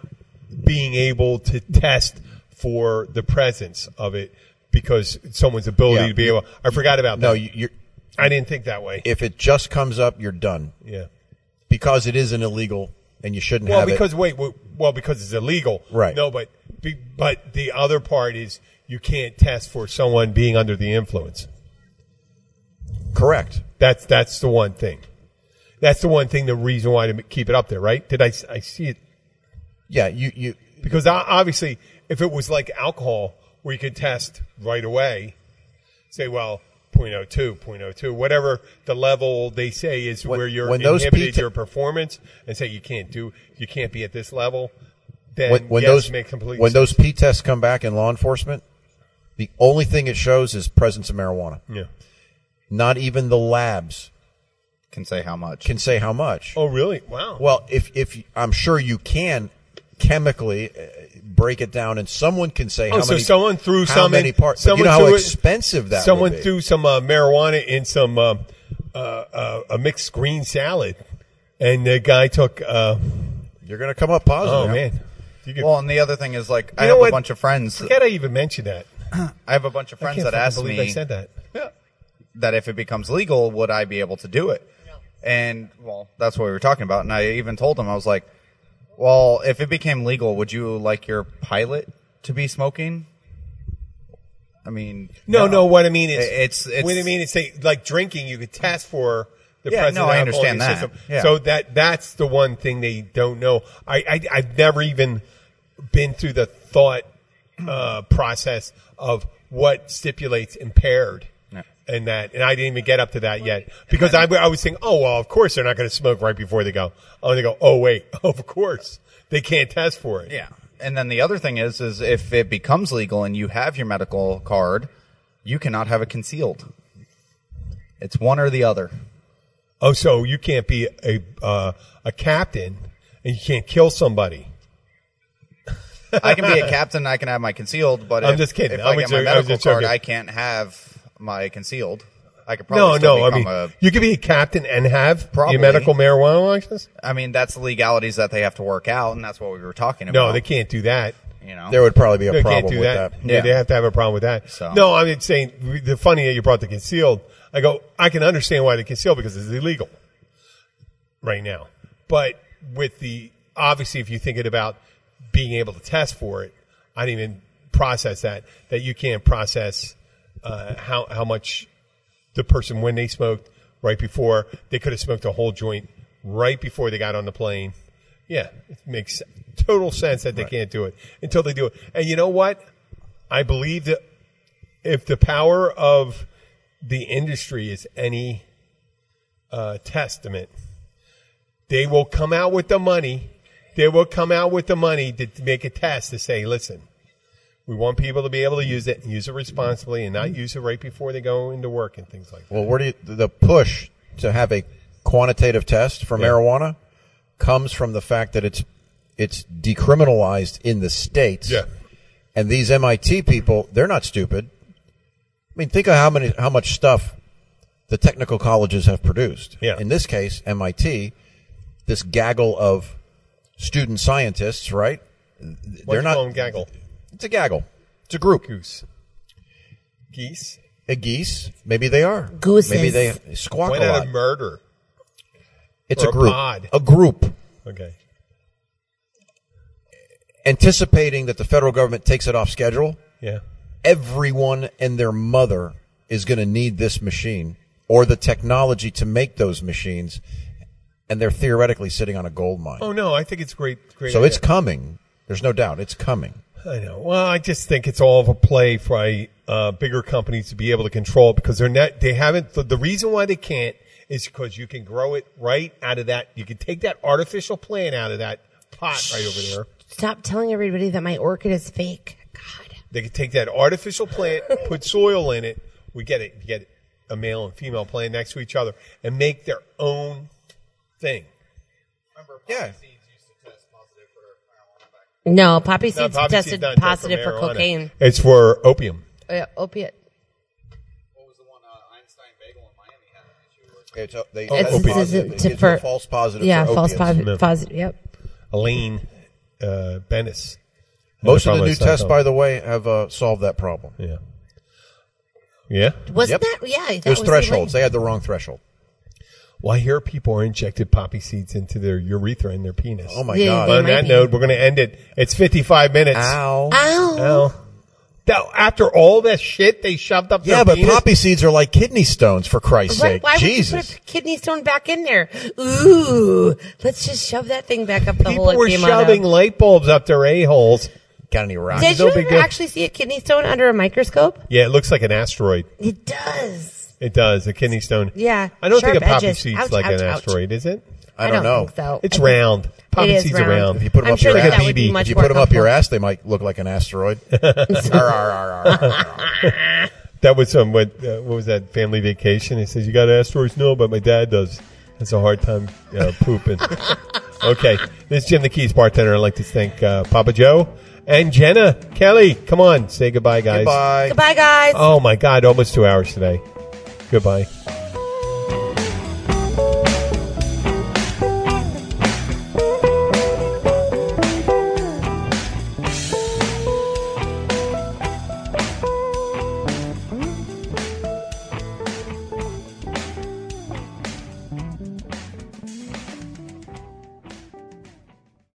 Speaker 4: being able to test for the presence of it because someone's ability
Speaker 10: Yeah.
Speaker 4: to be able. I forgot about that.
Speaker 10: no, you, you're,
Speaker 4: I didn't think that way.
Speaker 10: if it just comes up, you're done
Speaker 4: yeah.
Speaker 10: because it is an illegal and you shouldn't
Speaker 4: Well,
Speaker 10: have it.
Speaker 4: because wait, w- well, because it's illegal,
Speaker 10: Right.
Speaker 4: No, but be- but the other part is you can't test for someone being under the influence.
Speaker 10: Correct.
Speaker 4: That's that's the one thing. That's the one thing. The reason why to keep it up there, right? Did I s- I see it?
Speaker 10: Yeah, you, you,
Speaker 4: Because o- obviously, if it was like alcohol, where you could test right away, say, well. 0.02, 0.02, whatever the level they say is
Speaker 10: When-
Speaker 4: where you're
Speaker 10: when those
Speaker 4: inhibited
Speaker 10: P-
Speaker 4: your performance and say you can't do, you can't be at this level, then
Speaker 10: when, when
Speaker 4: yes,
Speaker 10: those
Speaker 4: make complete
Speaker 10: when those P tests come back in law enforcement, the only thing it shows is presence of marijuana.
Speaker 4: Yeah.
Speaker 10: Not even the labs
Speaker 6: Can say how much.
Speaker 10: can say how much.
Speaker 4: Oh, really? Wow.
Speaker 10: Well, if if I'm sure you can chemically uh, break it down, and someone can say
Speaker 4: oh,
Speaker 10: how
Speaker 4: so
Speaker 10: many
Speaker 4: someone threw
Speaker 10: how
Speaker 4: some
Speaker 10: many
Speaker 4: in,
Speaker 10: parts. but
Speaker 4: Someone
Speaker 10: You know how
Speaker 4: threw it-
Speaker 10: expensive that.
Speaker 4: Someone
Speaker 10: would be.
Speaker 4: threw some uh, marijuana in some uh, uh, uh, a mixed green salad, and the guy took. Uh,
Speaker 10: You're going to come up positive.
Speaker 4: oh
Speaker 10: now.
Speaker 4: man. You could,
Speaker 6: Well, and the other thing is like I
Speaker 4: know
Speaker 6: have
Speaker 4: what?
Speaker 6: a bunch of friends.
Speaker 4: forget I even mentioned that.
Speaker 6: I have a bunch of
Speaker 4: I
Speaker 6: friends
Speaker 4: can't
Speaker 6: that
Speaker 4: fucking
Speaker 6: ask
Speaker 4: believe
Speaker 6: me
Speaker 4: I said that.
Speaker 6: that if it becomes legal, would I be able to do it? And well, that's what we were talking about. And I even told him I was like, "Well, if it became legal, would you like your pilot to be smoking?" I mean,
Speaker 4: No, no. what I mean is,
Speaker 6: It's- it's-
Speaker 4: what I mean is, say like drinking, you could test for the
Speaker 6: Yeah,
Speaker 4: presence
Speaker 6: no,
Speaker 4: of
Speaker 6: I
Speaker 4: alcohol in
Speaker 6: understand
Speaker 4: your
Speaker 6: that.
Speaker 4: system.
Speaker 6: Yeah.
Speaker 4: So that that's the one thing they don't know. I, I I've never even been through the thought uh, process of what stipulates impaired.
Speaker 6: No.
Speaker 4: And that, and I didn't even get up to that yet because I, I was thinking, oh well, of course they're not going to smoke right before they go. I'm going to go, oh wait, of course they can't test for it.
Speaker 6: Yeah. And then the other thing is, is if it becomes legal and you have your medical card, you cannot have it concealed. It's one or the other.
Speaker 4: Oh, so you can't be a uh, a captain and you can't kill somebody.
Speaker 6: I can be a captain. I can have my concealed, but
Speaker 4: I'm
Speaker 6: if,
Speaker 4: just kidding.
Speaker 6: If
Speaker 4: I'm
Speaker 6: I get
Speaker 4: joking-
Speaker 6: my
Speaker 4: I'm
Speaker 6: medical
Speaker 4: just
Speaker 6: card,
Speaker 4: joking.
Speaker 6: I can't have my concealed. I could
Speaker 4: No,
Speaker 6: probably still
Speaker 4: no. I
Speaker 6: become
Speaker 4: mean,
Speaker 6: a-
Speaker 4: you could be a captain and have
Speaker 6: Probably.
Speaker 4: your medical marijuana license.
Speaker 6: I mean, that's the legalities that they have to work out, and that's what we were talking about.
Speaker 4: No, they can't do that.
Speaker 6: You know,
Speaker 10: There would probably be a
Speaker 4: They
Speaker 10: problem
Speaker 4: can't do
Speaker 10: with
Speaker 4: that.
Speaker 10: that.
Speaker 4: Yeah,
Speaker 6: Yeah.
Speaker 4: they have to have a problem with that.
Speaker 6: So-
Speaker 4: No, I'm just saying the funny that you brought the concealed. I go, I can understand why they conceal because it's illegal right now. But with the obviously, if you're thinking about being able to test for it, I didn't even process that. That you can't process uh, how how much the person when they smoked right before they could have smoked a whole joint right before they got on the plane. Yeah, it makes total sense that they can't do it until they do it. And you know what? I believe that if the power of the industry is any uh, testament, they will come out with the money. They will come out with the money to make a test to say, listen, we want people to be able to use it and use it responsibly and not use it right before they go into work and things like that.
Speaker 10: Well, where do you, the push to have a quantitative test for marijuana comes from the fact that it's it's decriminalized in the states.
Speaker 4: Yeah.
Speaker 10: And these MIT people, they're not stupid. I mean, think of how many how much stuff the technical colleges have produced.
Speaker 4: Yeah.
Speaker 10: In this case, MIT, this gaggle of student scientists, right?
Speaker 4: What do
Speaker 10: They're
Speaker 4: you
Speaker 10: not
Speaker 4: call 'em, gaggle?
Speaker 10: It's a gaggle. It's a group.
Speaker 4: Goose. Geese?
Speaker 10: A geese. Maybe they are.
Speaker 11: Gooses.
Speaker 10: Maybe they squawk
Speaker 4: Went
Speaker 10: a
Speaker 4: out
Speaker 10: lot.
Speaker 4: of murder.
Speaker 10: it's
Speaker 4: or
Speaker 10: a
Speaker 4: a
Speaker 10: group.
Speaker 4: pod.
Speaker 10: A group.
Speaker 4: Okay.
Speaker 10: anticipating that the federal government takes it off schedule,
Speaker 4: Yeah.
Speaker 10: everyone and their mother is going to need this machine or the technology to make those machines, and they're theoretically sitting on a gold mine.
Speaker 4: Oh no, I think it's great. Great.
Speaker 10: so it's
Speaker 4: idea.
Speaker 10: coming. There's no doubt. It's coming.
Speaker 4: I know. Well, I just think it's all of a play for uh, bigger companies to be able to control it because they're not. They haven't. The, the reason why they can't is because you can grow it right out of that. You can take that artificial plant out of that pot right over there.
Speaker 5: Stop telling everybody that my orchid is fake. God.
Speaker 4: They could take that artificial plant, put soil in it. We get it. Get a male and female plant next to each other and make their own thing.
Speaker 10: Yeah.
Speaker 5: No, poppy seeds
Speaker 4: Now, poppy seed's
Speaker 5: tested
Speaker 4: not just
Speaker 5: positive for,
Speaker 4: marijuana.
Speaker 5: cocaine.
Speaker 4: It's for opium.
Speaker 5: Uh, opiate.
Speaker 10: It's, uh, they,
Speaker 5: It's-
Speaker 10: that's
Speaker 5: it's-
Speaker 10: positive.
Speaker 5: it's
Speaker 10: It gives
Speaker 5: for-
Speaker 10: a false positive.
Speaker 5: Yeah,
Speaker 10: for
Speaker 5: false
Speaker 10: opiates.
Speaker 5: positive. positive. Yep.
Speaker 4: Elaine uh, Bennis.
Speaker 10: Most of
Speaker 4: Probably
Speaker 10: the new
Speaker 4: it's not
Speaker 10: tests,
Speaker 4: helping.
Speaker 10: by the way, have uh, solved that problem.
Speaker 4: Yeah. Yeah.
Speaker 5: Wasn't
Speaker 10: Yep.
Speaker 5: that? Yeah. That
Speaker 10: There's
Speaker 5: was
Speaker 10: thresholds.
Speaker 5: The,
Speaker 10: They had the wrong threshold.
Speaker 4: Well, I hear people are injected poppy seeds into their urethra and their penis.
Speaker 10: Oh my
Speaker 5: Yeah,
Speaker 10: god.
Speaker 5: they
Speaker 4: Well, on
Speaker 5: might
Speaker 4: that
Speaker 5: be.
Speaker 4: note, we're going to end it. It's 55 minutes.
Speaker 10: Ow.
Speaker 5: ow.
Speaker 4: Ow. Now, after all that shit they shoved up
Speaker 10: Yeah,
Speaker 4: their
Speaker 10: but
Speaker 4: penis-
Speaker 10: poppy seeds are like kidney stones for Christ's
Speaker 5: Why-
Speaker 10: sake.
Speaker 5: why
Speaker 10: Jesus.
Speaker 5: would you put a kidney stone back in there? Ooh, let's just shove that thing back up the hole
Speaker 4: people
Speaker 5: it
Speaker 4: were
Speaker 5: came out of.
Speaker 4: shoving light bulbs up their a-holes.
Speaker 10: Got any rocks?
Speaker 5: Did
Speaker 4: no
Speaker 5: you
Speaker 4: big
Speaker 5: ever
Speaker 4: deal.
Speaker 5: actually see a kidney stone under a microscope?
Speaker 4: Yeah, it looks like an asteroid.
Speaker 5: It does.
Speaker 4: It does, a kidney stone.
Speaker 5: Yeah,
Speaker 4: I don't
Speaker 5: sharp
Speaker 4: think a poppy
Speaker 5: edges.
Speaker 4: seed's
Speaker 5: Ouch,
Speaker 4: like
Speaker 5: ouch,
Speaker 4: an
Speaker 5: ouch.
Speaker 4: asteroid, is it?
Speaker 10: I don't know.
Speaker 5: Think so.
Speaker 4: It's
Speaker 5: I think-
Speaker 4: round. Poppy
Speaker 5: It is
Speaker 4: seeds are
Speaker 5: round.
Speaker 4: round. If
Speaker 10: you put 'em
Speaker 5: I'm
Speaker 10: up
Speaker 5: sure
Speaker 10: your
Speaker 5: that
Speaker 10: ass-
Speaker 5: would be
Speaker 4: BB.
Speaker 5: much
Speaker 10: If you
Speaker 5: more
Speaker 10: put them up your
Speaker 5: comfortable.
Speaker 10: ass, they might look like an asteroid. Arr, arr, arr, arr, arr.
Speaker 4: That was um, what, uh, what was that family vacation? He says, You got asteroids? No, but my dad does. Has a hard time uh, pooping. okay. This is Jim the Keys bartender. I'd like to thank uh, Papa Joe and Jenna. Kelly, come on. Say goodbye, guys.
Speaker 10: Goodbye.
Speaker 5: Goodbye, guys.
Speaker 4: Oh, my God. Almost two hours today. Goodbye.